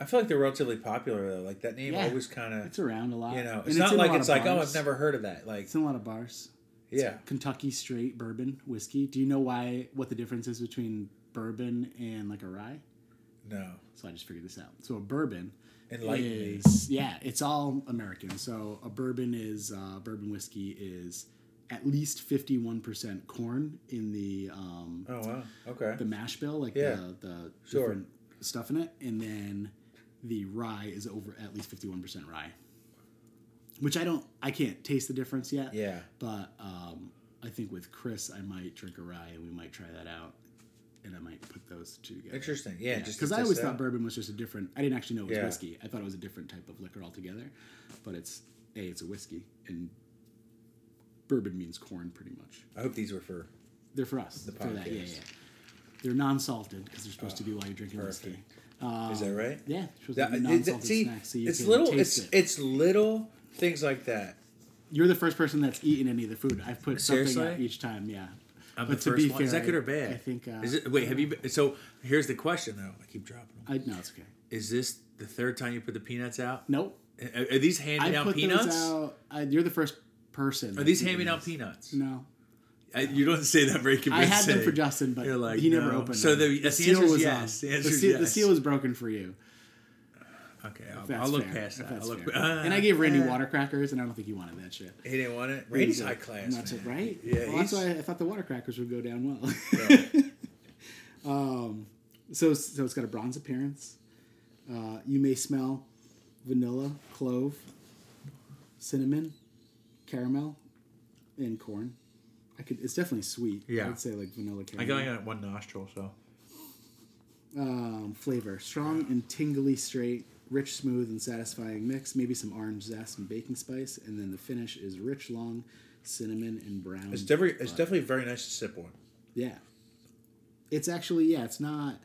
I feel like they're relatively popular though. Like that name Yeah. always kind of it's around a lot. you know. And It's not in a like lot it's of like oh bars. I've never heard of that. Like It's in a lot of bars. yeah. Kentucky straight bourbon whiskey. Do you know why what the difference is between bourbon and like a rye? No. So I just figured this out. So a bourbon Enlighten me. is yeah, it's all American. So a bourbon is uh, bourbon whiskey is at least fifty one percent corn in the um, Oh wow. Okay. the mash bill, like Yeah. the the Sure. different stuff in it, and then the rye is over at least fifty one percent rye. Which I don't, I can't taste the difference yet. Yeah. But um, I think with Chris, I might drink a rye, and we might try that out, and I might put those two together. Interesting. Yeah. just to Because I test always it thought out. bourbon was just a different. I didn't actually know it was Yeah. whiskey. I thought it was a different type of liquor altogether. But it's a. It's a whiskey, and bourbon means corn, pretty much. I hope these were for. They're for us. for that, yeah, podcast. Oh, yeah. They're non-salted because they're supposed to be while you're drinking whiskey. perfect. is that right? Um, Yeah, they're supposed That- to be it- non-salted that- see, snacks. So you it's can little. It's taste it. it's little things like that. You're the first person that's eaten any of the food. I've put something Seriously? out each time. Yeah. I'm But the to first be one. Is fair, that good I- or bad? I think, uh, is it? Wait, have you? Been, so here's the question though. I keep dropping them. I no, it's okay. Is this the third time you put the peanuts out? Nope. Are, are these hand me I down put peanuts? those out. I, you're the first person. Are these hand me down peanuts? No. I, you don't say that very I convincingly. had them for Justin, but You're like, he never no. opened So them. the- yes, the answer is on. yes. The answer is seal, the yes. seal is broken for you. Okay, If I'll, That's I'll look fair, past if that. I'll that's look, fair. Ah, and I gave Randy ah. water crackers, and I don't think he wanted that shit. He didn't want it. Randy's He's high like, class, Not to- man. right? Yeah, well, that's he's- why I thought the water crackers would go down well. Yeah. so, so it's got a bronze appearance. Uh, you may smell vanilla, clove, cinnamon, caramel, and corn. I could. It's definitely sweet. Yeah. I'd say like vanilla I got caramel. it at one nostril, so um, flavor strong and tingly, straight, rich, smooth, and satisfying mix. Maybe some orange zest and baking spice, and then the finish is rich, long, cinnamon, and brown. it's definitely it's definitely very nice to sip on. Yeah. It's actually yeah, it's not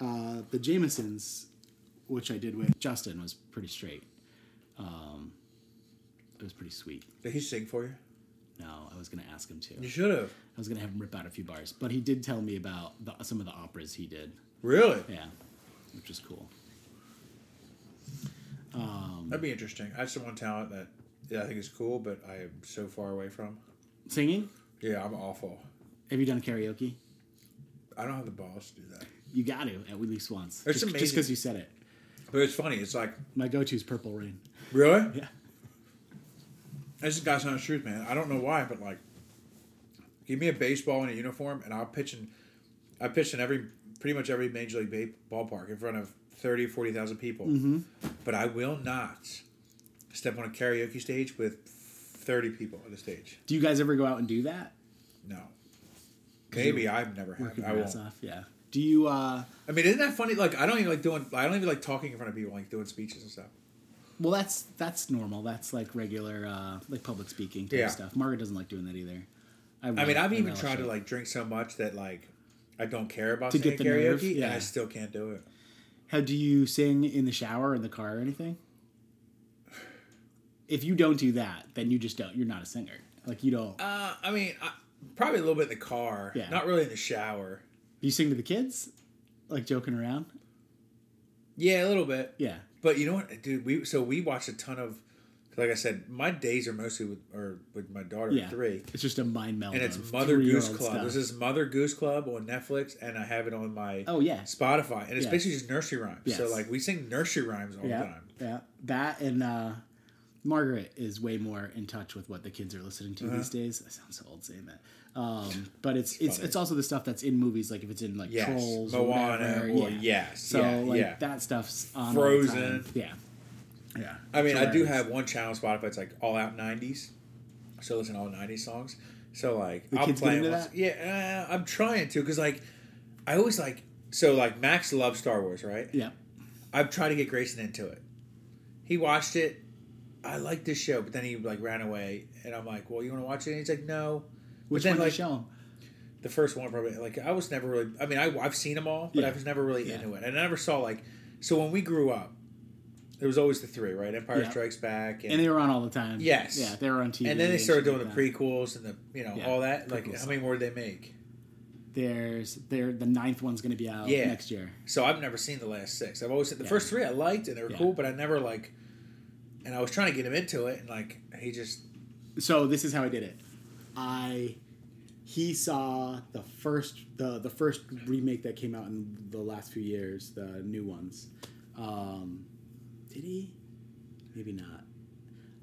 uh the Jamesons, which I did with Justin was pretty straight. Um it was pretty sweet. Did he sing for you? No, I was gonna ask him to. You should have. I was gonna have him rip out a few bars, but he did tell me about the, some of the operas he did. Really? Yeah, which is cool. That'd be interesting. I have someone talent that yeah, I think is cool, but I am so far away from. Singing? Yeah, I'm awful. Have you done karaoke? I don't have the balls to do that. You got to at least once. It's just, amazing. because you said it. But it's funny. It's like My go-to is Purple Rain. really. Yeah. This guy's not the truth, man. I don't know why, but like, give me a baseball and a uniform, and I'll pitch in. I pitched in every pretty much every major league ba- ballpark in front of 30, 40,000 people. Mm-hmm. But I will not step on a karaoke stage with thirty people on the stage. Do you guys ever go out and do that? No. Maybe I've never had. Working I your ass won't. off. Yeah. Do you uh I mean, isn't that funny? Like, I don't even like doing. I don't even like talking in front of people, like doing speeches and stuff. Well, that's that's normal. That's like regular, uh, like public speaking type Yeah. stuff. Margaret doesn't like doing that either. I mean, I've even relish tried to it. like drink so much that like I don't care about To singing get the karaoke, nerve, and yeah. I still can't do it. How do you sing in the shower, in the car, or anything? If you don't do that, then you just don't. You're not a singer. Like you don't. Uh, I mean, I, probably a little bit in the car. Yeah. Not really in the shower. You sing to the kids, like joking around. Yeah, a little bit. Yeah. But you know what, dude? We so we watched a ton of, like I said, my days are mostly with or with my daughter Yeah. at three, It's just a mind meld. and it's of Mother Goose three-year-old Club. stuff. There's this Mother Goose Club on Netflix, and I have it on my oh yeah. Spotify, and it's Yeah. basically just nursery rhymes. So Yes. like we sing nursery rhymes all Yeah. the time. Yeah. That and uh, Margaret is way more in touch with what the kids are listening to these days. I sound so old saying that. Um, but it's it's funny. it's also the stuff that's in movies, like if it's in like Yes, Trolls, Moana, or whatever. or yeah. yes, So yeah, like yeah. that stuff's on all the Frozen. time. Yeah. Yeah. I mean, I do Hilarious. have one channel on Spotify. It's like all out '90s, so I listen to all '90s songs. So like, The I'm kids get playing. into once- that? Yeah, uh, I'm trying to because like, I always like so like Max loves Star Wars, right? Yeah. I've tried to get Grayson into it. He watched it. I like this show, but then he like ran away, and I'm like, "Well, you want to watch it?" And he's like, "No." Which then, one like- did you show 'em? The first one probably like I was never really. I mean, I, I've seen them all, but I Yeah. was never really Yeah. into it, and I never saw like. So when we grew up, there was always the three, right? Empire Yeah. Strikes Back, And they were on all the time. Yes. Yeah, they were on TV. and then they started doing the pre. prequels and the you know Yeah, all that. Like prequel how many more did they make? There's there the ninth one's going to be out Yeah. Oh, next year. So I've never seen the last six. I've always said the Yeah. first three I liked and they were Yeah. cool, but I never like. And I was trying to get him into it, and like he just so this is how I did it. I he saw the first the the first remake that came out in the last few years, the new ones. Um, did he? Maybe not.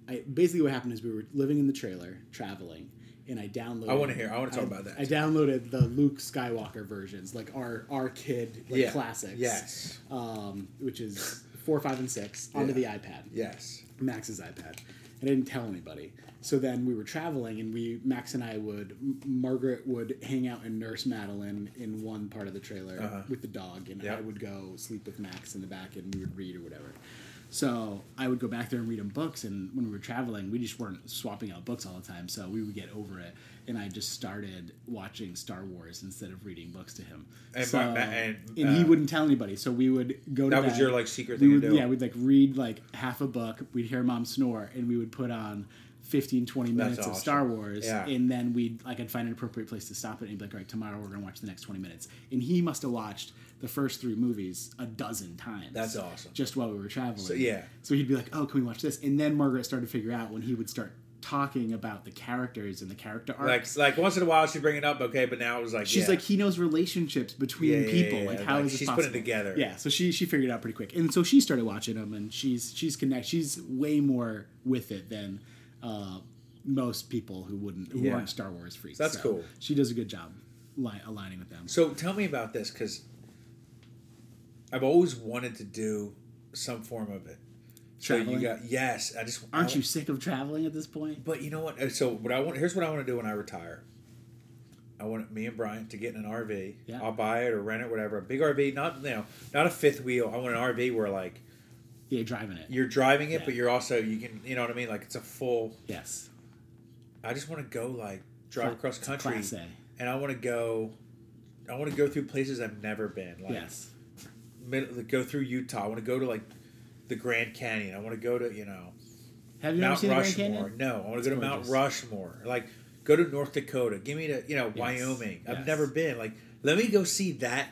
I basically what happened is we were living in the trailer, traveling, and I downloaded. I wanna hear- I wanna talk I- about that. I downloaded the Luke Skywalker versions, like our our kid like yeah classics. Yes, Um, which is four, five, and six onto Yeah. the iPad. yes. Max's iPad. I didn't tell anybody. So then we were traveling, and we Max and I would M- Margaret would hang out and nurse Madeline in one part of the trailer Uh-huh. with the dog, and Yep. I would go sleep with Max in the back, and we would read or whatever. So I would go back there and read him books, and when we were traveling, we just weren't swapping out books all the time, so we would get over it. And I just started watching Star Wars instead of reading books to him. And so, Ma- Ma- and, he uh, wouldn't tell anybody. So we would go. That to was bed. your, like, secret We thing would- to do. Yeah, we'd like read like half a book. We'd hear mom snore, and we would put on 15, 20 minutes of awesome. Star Wars, Yeah. and then we'd like I'd find an appropriate place to stop it, and he'd be like, "All right, tomorrow we're gonna watch the next twenty minutes." And he must have watched the first three movies a dozen times. That's awesome. Just while we were traveling. So, yeah. So he'd be like, "Oh, can we watch this?" And then Margaret started to figure out when he would start talking about the characters and the character arcs. Like like once in a while she would bring it up, okay, but now it was like She's yeah. like he knows relationships between Yeah, yeah, people. yeah, Like yeah. how is Like, this she's possible? putting it together. Yeah, so she she figured it out pretty quick, and so she started watching them, and she's she's connect. She's way more with it than uh, most people who wouldn't who Yeah. aren't Star Wars freaks. That's So cool. She does a good job li- aligning with them. So tell me about this because I've always wanted to do some form of it. So Traveling? you got yes. I just Aren't you sick of traveling at this point? But you know what? uh, So what I want here's what I want to do when I retire. I want me and Brian to get in an RV. Yeah. I'll buy it or rent it, whatever. A big RV, not you know, not a fifth wheel. I want an RV where like Yeah, driving it. you're driving it, Yeah. but you're also you can you know what I mean. Like it's a full. Yes, I just want to go like drive Cla- across country, class A. and I want to go. I want to go through places I've never been. Like Yes, mid- like, go through Utah. I want to go to like the Grand Canyon. I want to go to you know have you ever Mount seen the Grand Rushmore. Canyon? No, I want to go to Mount gorgeous. Rushmore. Like, go to North Dakota. Give me to you know Wyoming. I've Yes. never been. Like, let me go see that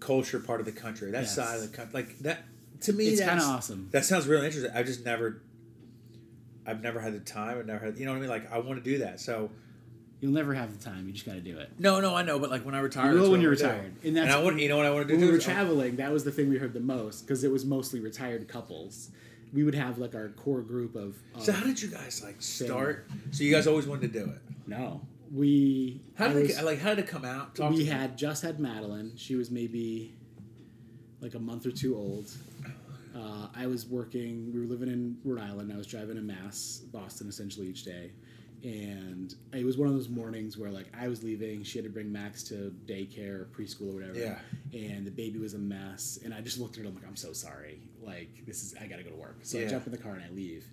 culture part of the country, that Yes. side of the country. Like that to me, It's that's- kinda awesome. That sounds really interesting. I've just never, I've never had the time. I've never had you know what I mean. Like, I want to do that. So You'll never have the time. You just got to do it. no, no, I know. But like when I retire, You will that's when what you're I wanna do. retired. And that's- I want you know what I want to do. when we too were is I- traveling, that was the thing we heard the most because it was mostly retired couples. We would have like our core group of. uh, of So how did you guys like start? So you guys always wanted to do it. no, we. How I did was- it, like how did it come out? Talk we to me. had just had Madeline. She was maybe like a month or two old. Uh, I was working. We were living in Rhode Island. I was driving to Mass, Boston, essentially each day, and it was one of those mornings where like I was leaving. She had to bring Max to daycare or preschool or whatever. Yeah. And the baby was a mess, and I just looked at her. I'm like, I'm so sorry. Like this is I got to go to work. So I Yeah. jump in the car and I leave.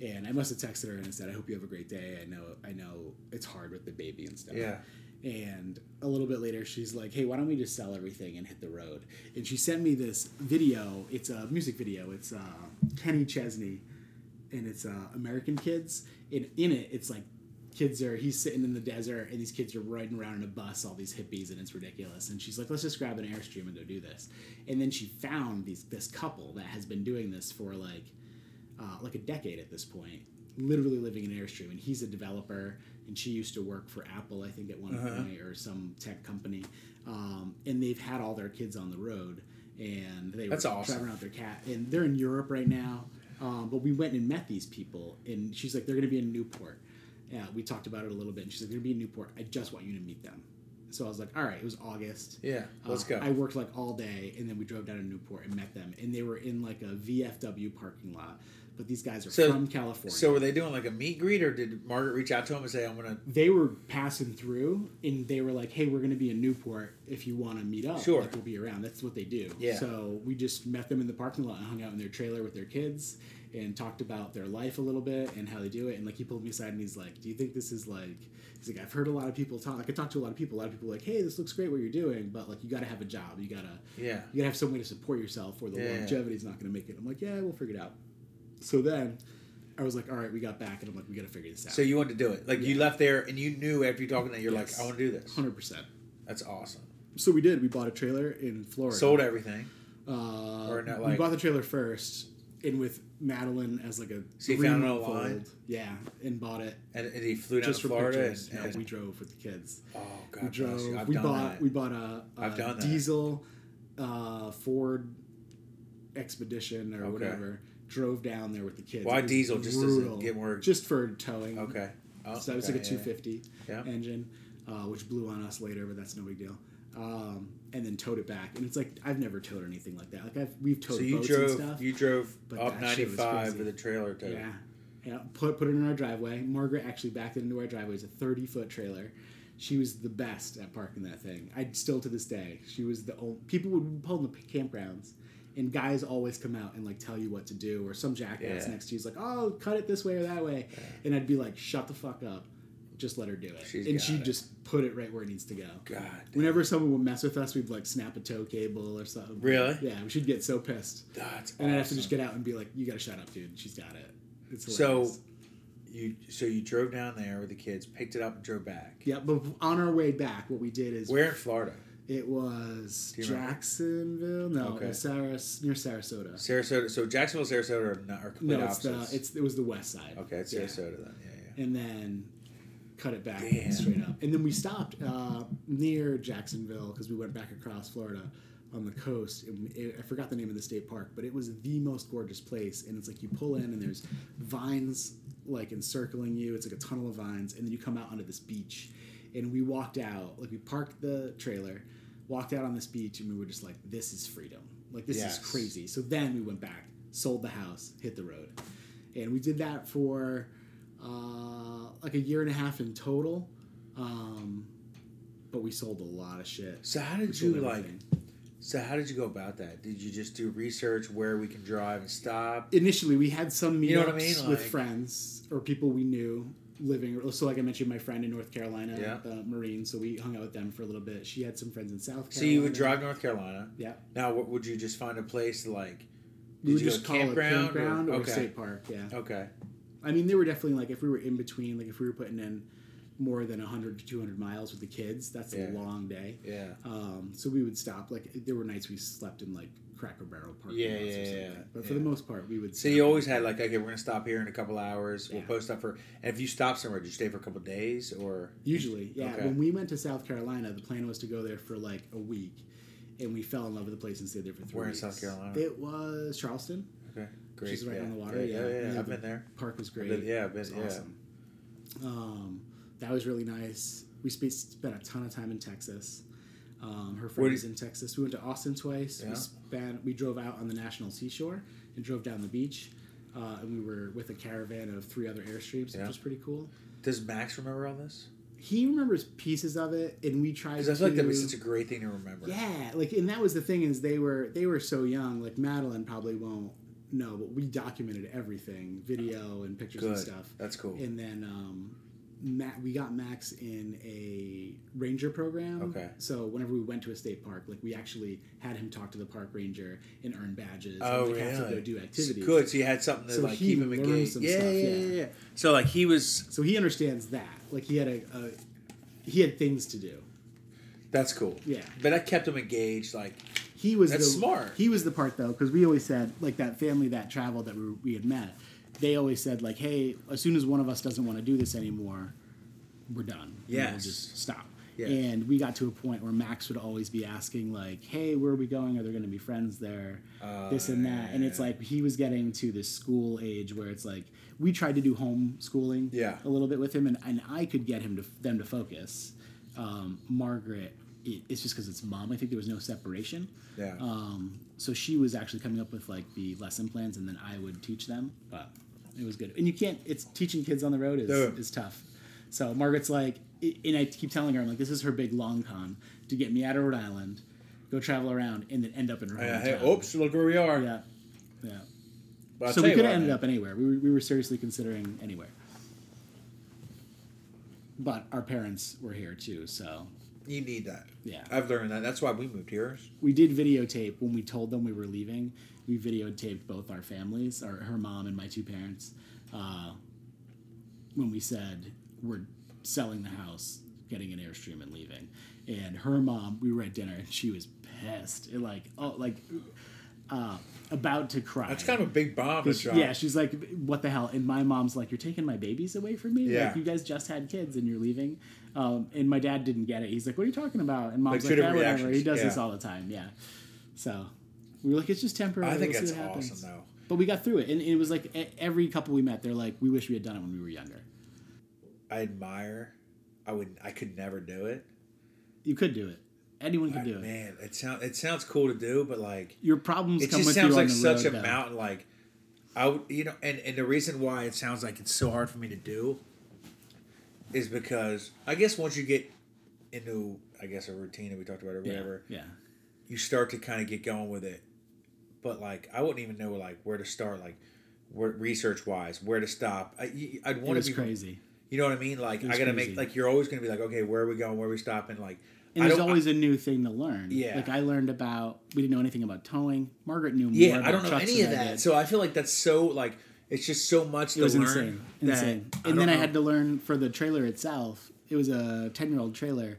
and I must have texted her and I said, "I hope you have a great day. I know, I know it's hard with the baby and stuff." Yeah. And a little bit later, she's like, "Hey, why don't we just sell everything and hit the road?" And she sent me this video. It's a music video. It's uh, Kenny Chesney, and it's uh, American Kids. And in it, it's like kids are he's sitting in the desert and these kids are riding around in a bus all these hippies and it's ridiculous and she's like let's just grab an airstream and go do this and then she found these this couple that has been doing this for like uh, like a decade at this point, literally living in Airstream. And he's a developer, and she used to work for Apple, I think, at one Uh-huh. point or some tech company. Um, and they've had all their kids on the road, and they That's were awesome. driving out their cat. And they're in Europe right now. Um, but we went and met these people, and she's like, they're going to be in Newport. Yeah, we talked about it a little bit, and she's like, they're going to be in Newport. I just want you to meet them. So I was like, all right, it was August. Yeah, let's Uh, go. I worked like all day, and then we drove down to Newport and met them, and they were in like a VFW parking lot. But these guys are So- from California. so were they doing like a meet greet, or did Margaret reach out to him and say, "I'm gonna"? they were passing through, and they were like, "Hey, we're going to be in Newport. If you want to meet up, Sure. like, we'll be around." That's what they do. Yeah. So we just met them in the parking lot and hung out in their trailer with their kids and talked about their life a little bit and how they do it. And like he pulled me aside and he's like, "Do you think this is like?" He's like, "I've heard a lot of people talk. Like I talked to a lot of people. A lot of people are like, hey, this looks great what you're doing, but like you got to have a job. You got to." Yeah. you gotta have some way to support yourself or the Yeah. longevity's not gonna make it. I'm like, yeah, we'll figure it out. So then I was like, all right, we got back, and I'm like, we gotta figure this out. So you wanted to do it, like you left there and you knew after you talking that you're Yes. like, "I want to do this." 100%. That's awesome. So we did. We bought a trailer in Florida. Sold everything. Uh, Or not, we like- bought the trailer first, and with Madeline as like a So you found it three-month-old, online? yeah, and bought it And, and he flew down just to for Florida. pictures. and- No, and- we drove with the kids. oh God, we drove. bless you. I've we done bought. that. We bought a, a I've done that. diesel uh, Ford Expedition or Okay. whatever. Drove down there with the kids. Why It was diesel? Just doesn't get more- Just for towing. okay. Oh, So that was okay, like a yeah, yeah. 250 Yeah. engine, uh, which blew on us later, but that's no big deal. Um, and then towed it back, and it's like I've never towed anything like that. Like I've we've towed So you boats and drove. stuff. You drove but up that shit was 95 crazy. with a trailer to Yeah. Yeah. Put put it in our driveway. Margaret actually backed it into our driveway. It's a thirty foot trailer. She was the best at parking that thing. I still to this day. She was the only people would pull in the campgrounds, and guys always come out and like tell you what to do, or some jackass Yeah. next to you's like, "Oh, cut it this way or that way," and I'd be like, "Shut the fuck up, just let her do it." She's and got she it. just put it right where it needs to go. God. damn. Whenever someone would mess with us, we'd like snap a tow cable or something. Really? Yeah, we should get so pissed. That's And I'd have to just awesome. get out and be like, "You gotta shut up, dude. She's got it." It's So hilarious. you so you drove down there with the kids, picked it up, and drove back. yeah, but on our way back, what we did is Where in Florida? it was Do you remember? Jacksonville. No, Okay. it was Saras, near Sarasota. Sarasota. So Jacksonville, Sarasota are not are complete no, it's the opposites. it's it was the west side. okay, it's Yeah. Sarasota then. Yeah, yeah. And then cut it back Damn. straight up, and then we stopped uh, near Jacksonville because we went back across Florida on the coast. And it, I forgot the name of the state park, but it was the most gorgeous place. And it's like you pull in, and there's vines like encircling you. It's like a tunnel of vines, and then you come out onto this beach. And we walked out, like we parked the trailer, walked out on this beach, and we were just like, "This is freedom! Like this Yes. is crazy." So then we went back, sold the house, hit the road, and we did that for uh, like a year and a half in total. Um, but we sold a lot of shit. So how We did sold you like? everything. So how did you go about that? Did you just do research where we can drive and stop? Initially, we had some meetups You know what I mean? with Like- friends or people we knew living. So, like I mentioned, my friend in North Carolina, Yeah. uh, Marine. So we hung out with them for a little bit. She had some friends in South Carolina. So you would drive North Carolina. Yeah, Now, what would you just find a place like? we would you go just call it campground or- campground or, okay. state park. Yeah, Okay. I mean, they were definitely like if we were in between, like if we were putting in more than 100 to 200 miles with the kids, that's a Yeah. long day. Yeah. Um, so we would stop. Like there were nights we slept in like Cracker Barrel parking Yeah, yeah, lots or something. yeah, like that. But for the yeah. most part, we would. So stop. you always had like, okay, we're gonna stop here in a couple hours. We'll Yeah. post up for. And if you stop somewhere, did you stay for a couple days or? usually, yeah. Okay. When we went to South Carolina, the plan was to go there for like a week, and we fell in love with the place and stayed there for three. Where in weeks. South Carolina? It was Charleston. Okay. Great. She's right yeah. on the water. Yeah, Yeah, yeah. yeah, And I've the been there. Park was great. I've been- yeah, I've been. It yeah. was awesome. Um, that was really nice. We sp- spent a ton of time in Texas. Um, her Where friend did- is in Texas. We went to Austin twice. Yeah. We spent. We drove out on the national seashore and drove down the beach, uh, and we were with a caravan of three other airstreams, Yeah. which was pretty cool. Does Max remember all this? He remembers pieces of it, and we tried. Because I feel like that was to- such a great thing to remember. yeah, like and that was the thing is they were they were so young. Like Madeline probably won't No, but we documented everything, video and pictures and Good. stuff. That's cool. And then um, Ma- we got Max in a ranger program. Okay. So whenever we went to a state park, like we actually had him talk to the park ranger and earn badges. Oh, and, like, really? Have to go do activities. Good. So you had something to So like he keep him learned engaged. some yeah, stuff, yeah, yeah. yeah, yeah. So like he was. So he understands that. Like he had a, a he had things to do. That's cool. Yeah. But I kept him engaged. Like He was That's the, smart. He was the part though, because we always said like that family that traveled that we, we had met. They always said like, "Hey, as soon as one of us doesn't want to do this anymore, we're done. Yeah, we'll Yes. just stop." Yes. And we got to a point where Max would always be asking like, "Hey, where are we going? Are there going to be friends there? Oh, this and that." And it's like he was getting to this school age where it's like we tried to do homeschooling Yeah. a little bit with him, and, and I could get him to them to focus. Um, Margaret, it, it's just because it's mom. I think there was no separation. yeah. Um, so she was actually coming up with like the lesson plans, and then I would teach them. But it was good, and you can't. It's teaching kids on the road is, Yeah. is tough. So Margaret's like, i- and I keep telling her, I'm like, this is her big long con to get me out of Rhode Island, go travel around, and then end up in Rhode Oh, yeah Island. hey, oops! Look where we are. Yeah, yeah. But I'll so tell we you could what, have ended man. up anywhere. We were, we were seriously considering anywhere. But our parents were here too, so You need that. Yeah. I've learned that. That's why we moved here. we did videotape when we told them we were leaving. We videotaped both our families, or her mom and my two parents, uh, when we said we're selling the house, getting an airstream, and leaving. And her mom, we were at dinner, and she was pissed, and like oh, like uh, about to cry. That's kind of a big bomb to drop. Yeah, she's like, "What the hell?" And my mom's like, "You're taking my babies away from me? Yeah. Like, you guys just had kids and you're leaving." Um, and my dad didn't get it. He's like, "What are you talking about?" And mom's two like, "Yeah, different whatever." He reactions. does this Yeah. all the time. Yeah. So we were like, "It's just temporary." I think We'll see that's what happens." awesome, though. But we got through it, and it was like e- every couple we met, they're like, "We wish we had done it when we were younger." I admire. I would. I could never do it. You could do it. Anyone could Like, do it. Man, it sounds it sounds cool to do, but like Your problems it come just with you on sounds like the such road, a though. mountain. Like I, would, you know, and and the reason why it sounds like it's so hard for me to do is because I guess once you get into I guess a routine that we talked about or Yeah, whatever, Yeah. you start to kind of get going with it. But like I wouldn't even know like where to start, like where research wise, where to stop. I, you- I'd It want was to be crazy. You know what I mean? Like was I gotta crazy. make like you're always gonna be like okay, where are we going? Where are we stopping? Like And I there's don't, always a new thing to learn. Yeah. Like I learned about we didn't know anything about towing. Margaret knew more. Yeah, about I don't know trucks any of than I that. did. So I feel like that's so like it's just so much it was to insane, learn. that insane. I and don't then I know. had to learn for the trailer itself. It was a ten-year-old trailer,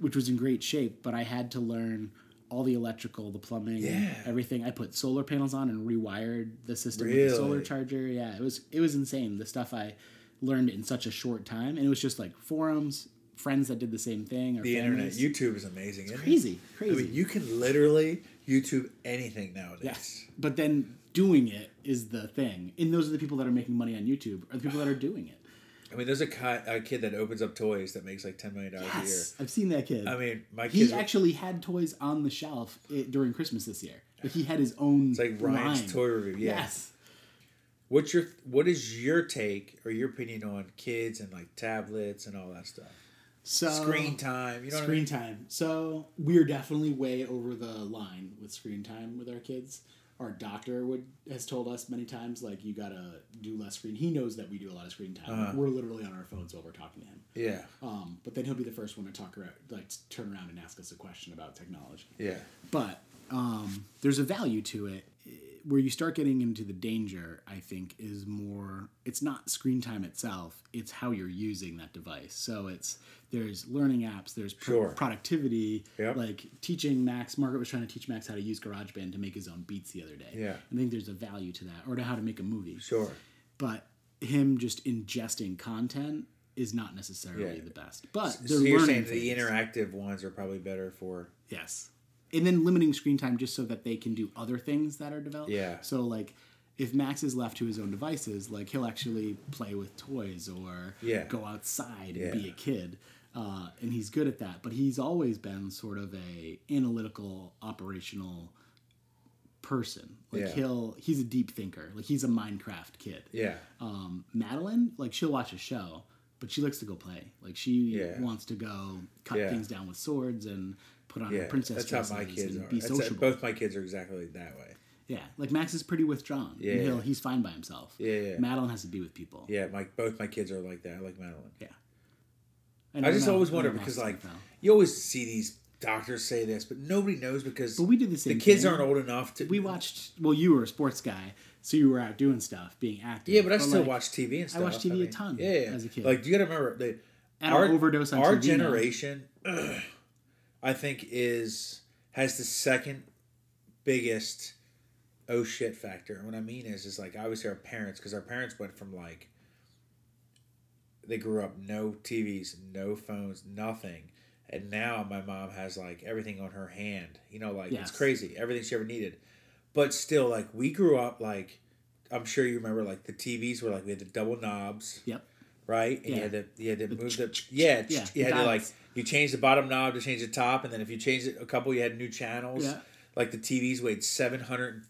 which was in great shape, but I had to learn all the electrical, the plumbing, Yeah. everything. I put solar panels on and rewired the system with the solar Really? charger. Yeah, it was it was insane. The stuff I learned in such a short time, and it was just like forums, friends that did the same thing, or the internet. families. YouTube is amazing. isn't it? crazy, I crazy. mean, you can literally YouTube anything nowadays. Yes. But then doing it is the thing. And those are the people that are making money on YouTube are the people that are doing it. I mean, there's a, ki- a kid that opens up toys that makes like ten million dollars Yes. I've seen that kid. a year. I mean, my kids. he were- actually had toys on the shelf i during Christmas this year. Like he had his own it's like Ryan's line. toy review. Yeah. Yes. What's your What is your take or your opinion on kids and like tablets and all that stuff? So screen time. You know Um, Screen time. So we're definitely way over the line with screen time with our kids. Our doctor would has told us many times, like you gotta do less screen. He knows that we do a lot of screen time. Uh-huh. We're literally on our phones while we're talking to him. what I mean? Yeah. Um, but then he'll be the first one to talk around, like to turn around and ask us a question about technology. Yeah. But um, there's a value to it. Where you start getting into the danger, I think, is more. It's not screen time itself; it's how you're using that device. So it's there's learning apps, there's pro- Sure. productivity, Yep. like teaching Max. Margaret was trying to teach Max how to use GarageBand to make his own beats the other day. Yeah. I think there's a value to that, or to how to make a movie Sure. but him just ingesting content is not necessarily Yeah. the best. But they're So you're saying learning things. the interactive ones are probably better for yes, and then limiting screen time just so that they can do other things that are developed. Yeah. So like, if Max is left to his own devices, like he'll actually play with toys or Yeah. go outside Yeah. and be a kid. Uh, and he's good at that, but he's always been sort of a analytical, operational person. Like Yeah. he'll he's a deep thinker. Like he's a Minecraft kid yeah. um, Madeline, like she'll watch a show, but she likes to go play. Like she Yeah. wants to go cut Yeah, things down with swords and put on Yeah, her princess that's how my dresses kids and are. be That's how- sociable. both my kids are exactly that way. Yeah, like Max is pretty withdrawn. Yeah, and he'll, yeah. he's fine by himself. Yeah, yeah. Madeline has to be with people. Yeah, my both my kids are like that. I like Madeline. And I just don't know- always I don't know wonder if Max because is like withdrawn. you always see these doctors say this, but nobody knows because but we did the same. the kids thing. aren't old enough to. We watched. Well, you were a sports guy, so you were out doing stuff, being active. Yeah, but I still like, watch TV and I stuff. watched TV a mean, ton Yeah, yeah. as a kid. Like you got to remember the And I'll overdose on our TV now. generation. ugh, I think is has the second biggest oh shit factor. And what I mean is, is like obviously our parents because our parents went from like they grew up no TVs, no phones, nothing. And now my mom has like everything on her hand. You know, like Yes. it's crazy. Everything she ever needed. But still, like we grew up like I'm sure you remember like the TVs were like we had the double knobs, Yep. right? And Yeah. you had to you had to move the yeah, yeah, you had to like dials. you change the bottom knob to change the top, and then if you changed it a couple, you had new channels. Yeah. Like the TVs weighed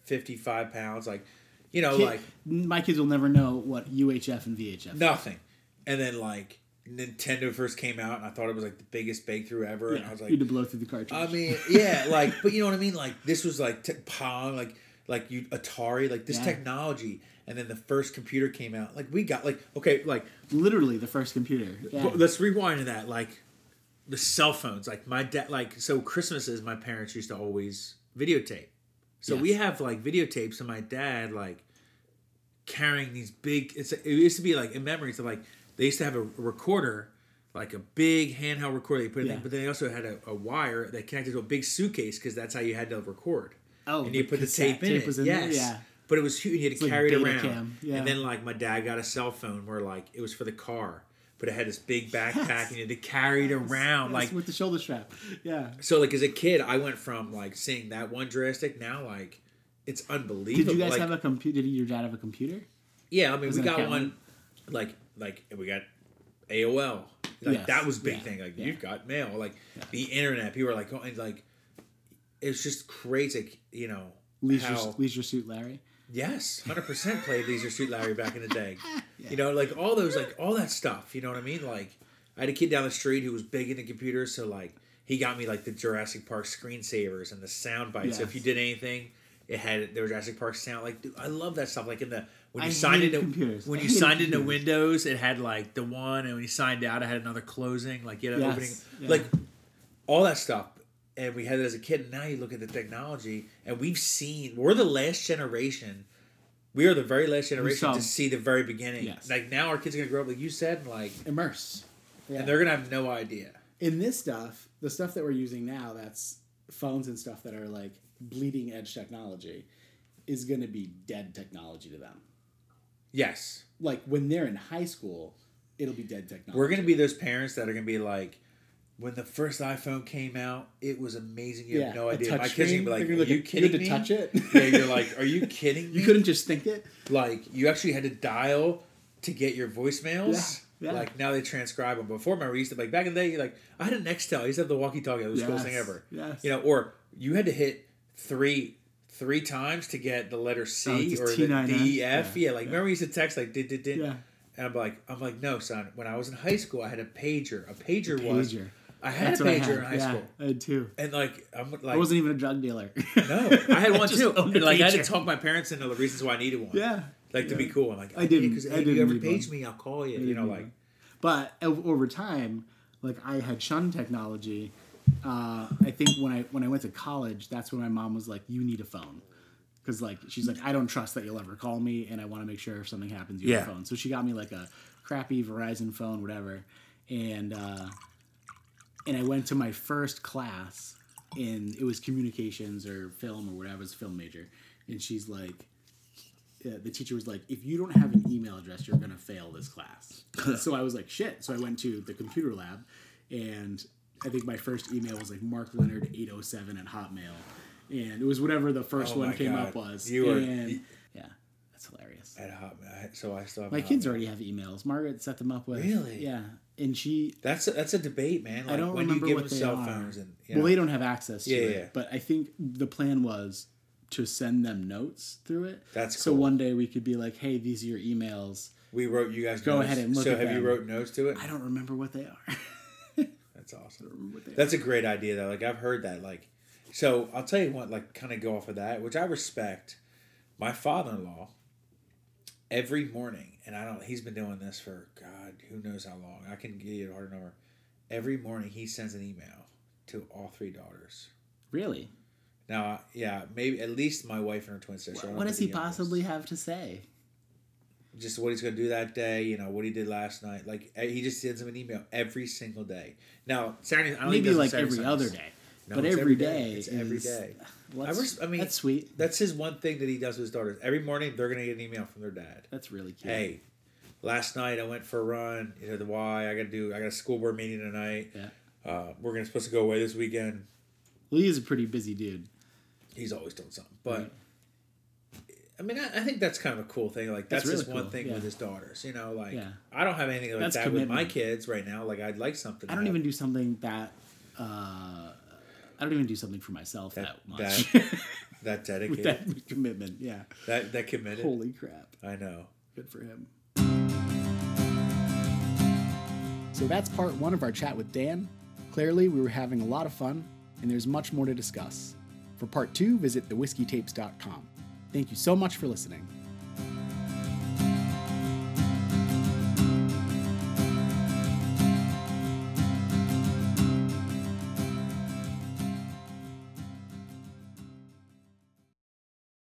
755 pounds, like you know, Ki- like my kids will never know what UHF and VHF. nothing. And then like Nintendo first came out, and I thought it was like the biggest breakthrough ever. Yeah, and I was you like, uh, had to blow through the cartridge. I mean, yeah, like, but you know what I mean? Like, this was like t- Pong, like, like you Atari, like this Yeah. technology, and then the first computer came out. Like, we got like, okay, like, literally the first computer. Yeah. but let's rewind to that. Like, the cell phones. Like my dad. Like so, Christmases my parents used to always videotape. So we Yes. have like videotapes of my dad like carrying these big. It's it used to be like in memories of like they used to have a recorder. Like a big handheld recorder, they put in Yeah. there, but then they also had a, a wire that connected to a big suitcase because that's how you had to record. Oh, and you the put the cassette tape in tape it. was in there, yes, yeah. but it was huge. You had to like carry it Betacam, around, yeah. and then like my dad got a cell phone where like it was for the car, but it had this big backpack Yes. and you had to carry it around. Yes, Like with the shoulder strap. Yeah. so, like as a kid, I went from like seeing that one drastic now like it's unbelievable. Did you guys like, have a computer? Did your dad have a computer? yeah, I mean, we it a got cat one, like, like we got AOL. Like Yes, that was a big yeah, thing. Like yeah. you've got mail. Like the internet. People are like, going like, it's just crazy. like, You know, Leisure, how- Leisure Suit Larry. yes, hundred percent played Leisure Suit Larry back in the day. You know, like all those, like all that stuff. You know what I mean? Like, I had a kid down the street who was big into computers, so like he got me like the Jurassic Park screensavers and the sound bites. So if you Yes. did anything. It had the Jurassic Park sound like dude, I love that stuff. Like in the when I you signed hated into computers. when I you hated signed into computers. Windows, it had like the one, and when you signed out, it had another closing. Like you had an Yes, opening, yeah. like all that stuff. And we had it as a kid. And now you look at the technology, and we've seen we're the last generation. We are the very last generation saw- to see the very beginning. Yes. Like now, our kids are gonna grow up, like you said, and like, Immerse. Yeah. and they're gonna have no idea. in this stuff, the stuff that we're using now, that's phones and stuff that are like bleeding edge technology, is going to be dead technology to them. Yes, Like when they're in high school, it'll be dead technology. we're gonna be those parents that are gonna be like, when the first iPhone came out, it was amazing. You have no a idea. touch My kids are screen, gonna they're be gonna like, look are you at- had kidding to me? touch it. yeah, you're like, are you kidding me? you couldn't just think it. like you actually had to dial to get your voicemails. Yeah, yeah. Like now they transcribe them. Before, remember, we used to like back in the day. Like I had a Nextel. I used to have the walkie-talkie. It was the coolest thing Yes, ever. yes. You know, or you had to hit three three times to get the letter Oh, C just or the T99. D E F. Yeah, Yeah. Like remember, we used to text like did did did. Yeah. And I'm like, I'm like, no, son. When I was in high school, I had a pager. A pager, was. pager. I had a pager in high yeah, school. I had two. And like, I'm like, I wasn't even a drug dealer. no, I had one Oh, just too. owned a And, like I had to pager. talk my parents into the reasons why I needed one yeah. like to be cool. I'm like, I didn't- because I hey, if didn't you ever need page one. me, I'll call you. You know, like But o- over time, like I had shunned technology. Uh, I think when I when I went to college, that's when my mom was like, "You need a phone," because like she's like, "I don't trust that you'll ever call me, and I want to make sure if something happens, you have a Yeah. phone." So she got me like a crappy Verizon phone, whatever, and uh, and I went to my first class, and it was communications or film or whatever. It was a film major, and she's like, uh, the teacher was like, if you don't have an email address, you're going to fail this class. so I was like, shit. So I went to the computer lab, and I think my first email was like Mark Leonard 807 at Hotmail. And it was whatever the first Oh one my came God. up was. You were- and, you- yeah, that's hilarious. at Hotmail. So I still have My kids already have emails. Margaret set them up with. Really? Yeah. And she, That's a, that's a debate, man. Like, I don't when remember you give what them they cell are. phones and you well, know, they don't have access to Yeah, it. yeah. But I think the plan was to send them notes through it. That's so cool. one day we could be like, hey, these are your emails. we wrote you guys. Go notes. ahead and look So at have you them. wrote notes to it? I don't remember what they are. That's awesome. That's a great idea though. Like I've heard that. Like, so I'll tell you what. Like, kind of go off of that, which I respect. my father-in-law every morning, and I don't. He's been doing this for God, who knows how long. I can give you a hard number. Every morning, he sends an email to all three daughters. Really? Now, yeah, maybe at least my wife and her twin sister. I don't what know does the he youngest. possibly have to say? Just what he's going to do that day, you know, what he did last night. Like eh, he just sends him an email every single day. Now, Saturday, I don't think Maybe he does it like Saturday, every Sundays. other day. No, but it's every day. It's every is- day. Well, I that's, res- I mean- that's sweet. That's his one thing that he does with his daughters. Every morning, they're going to get an email from their dad. That's really cute. Hey, last night I went for a run. You know the why. I got to do. I got a school board meeting tonight. Yeah. Uh, we're gonna supposed to go away this weekend. Well, he's a pretty busy dude. He's always doing something, but. I mean, I, I think that's kind of a cool thing. Like, That's that's, just really one cool, thing yeah. with his daughters. You know, like, Yeah. I don't have anything like That's that with my commitment. kids right now. Like, I'd like something. I don't to even have do something that. Uh, I don't even do something for myself that, That- much. that With dedicated, that, that commitment, yeah. that, committed. Holy crap. I know. Good for him. So that's part one of our chat with Dan. Clearly, we were having a lot of fun, and there's much more to discuss. For part two, visit thewhiskeytapes.com. Thank you so much for listening.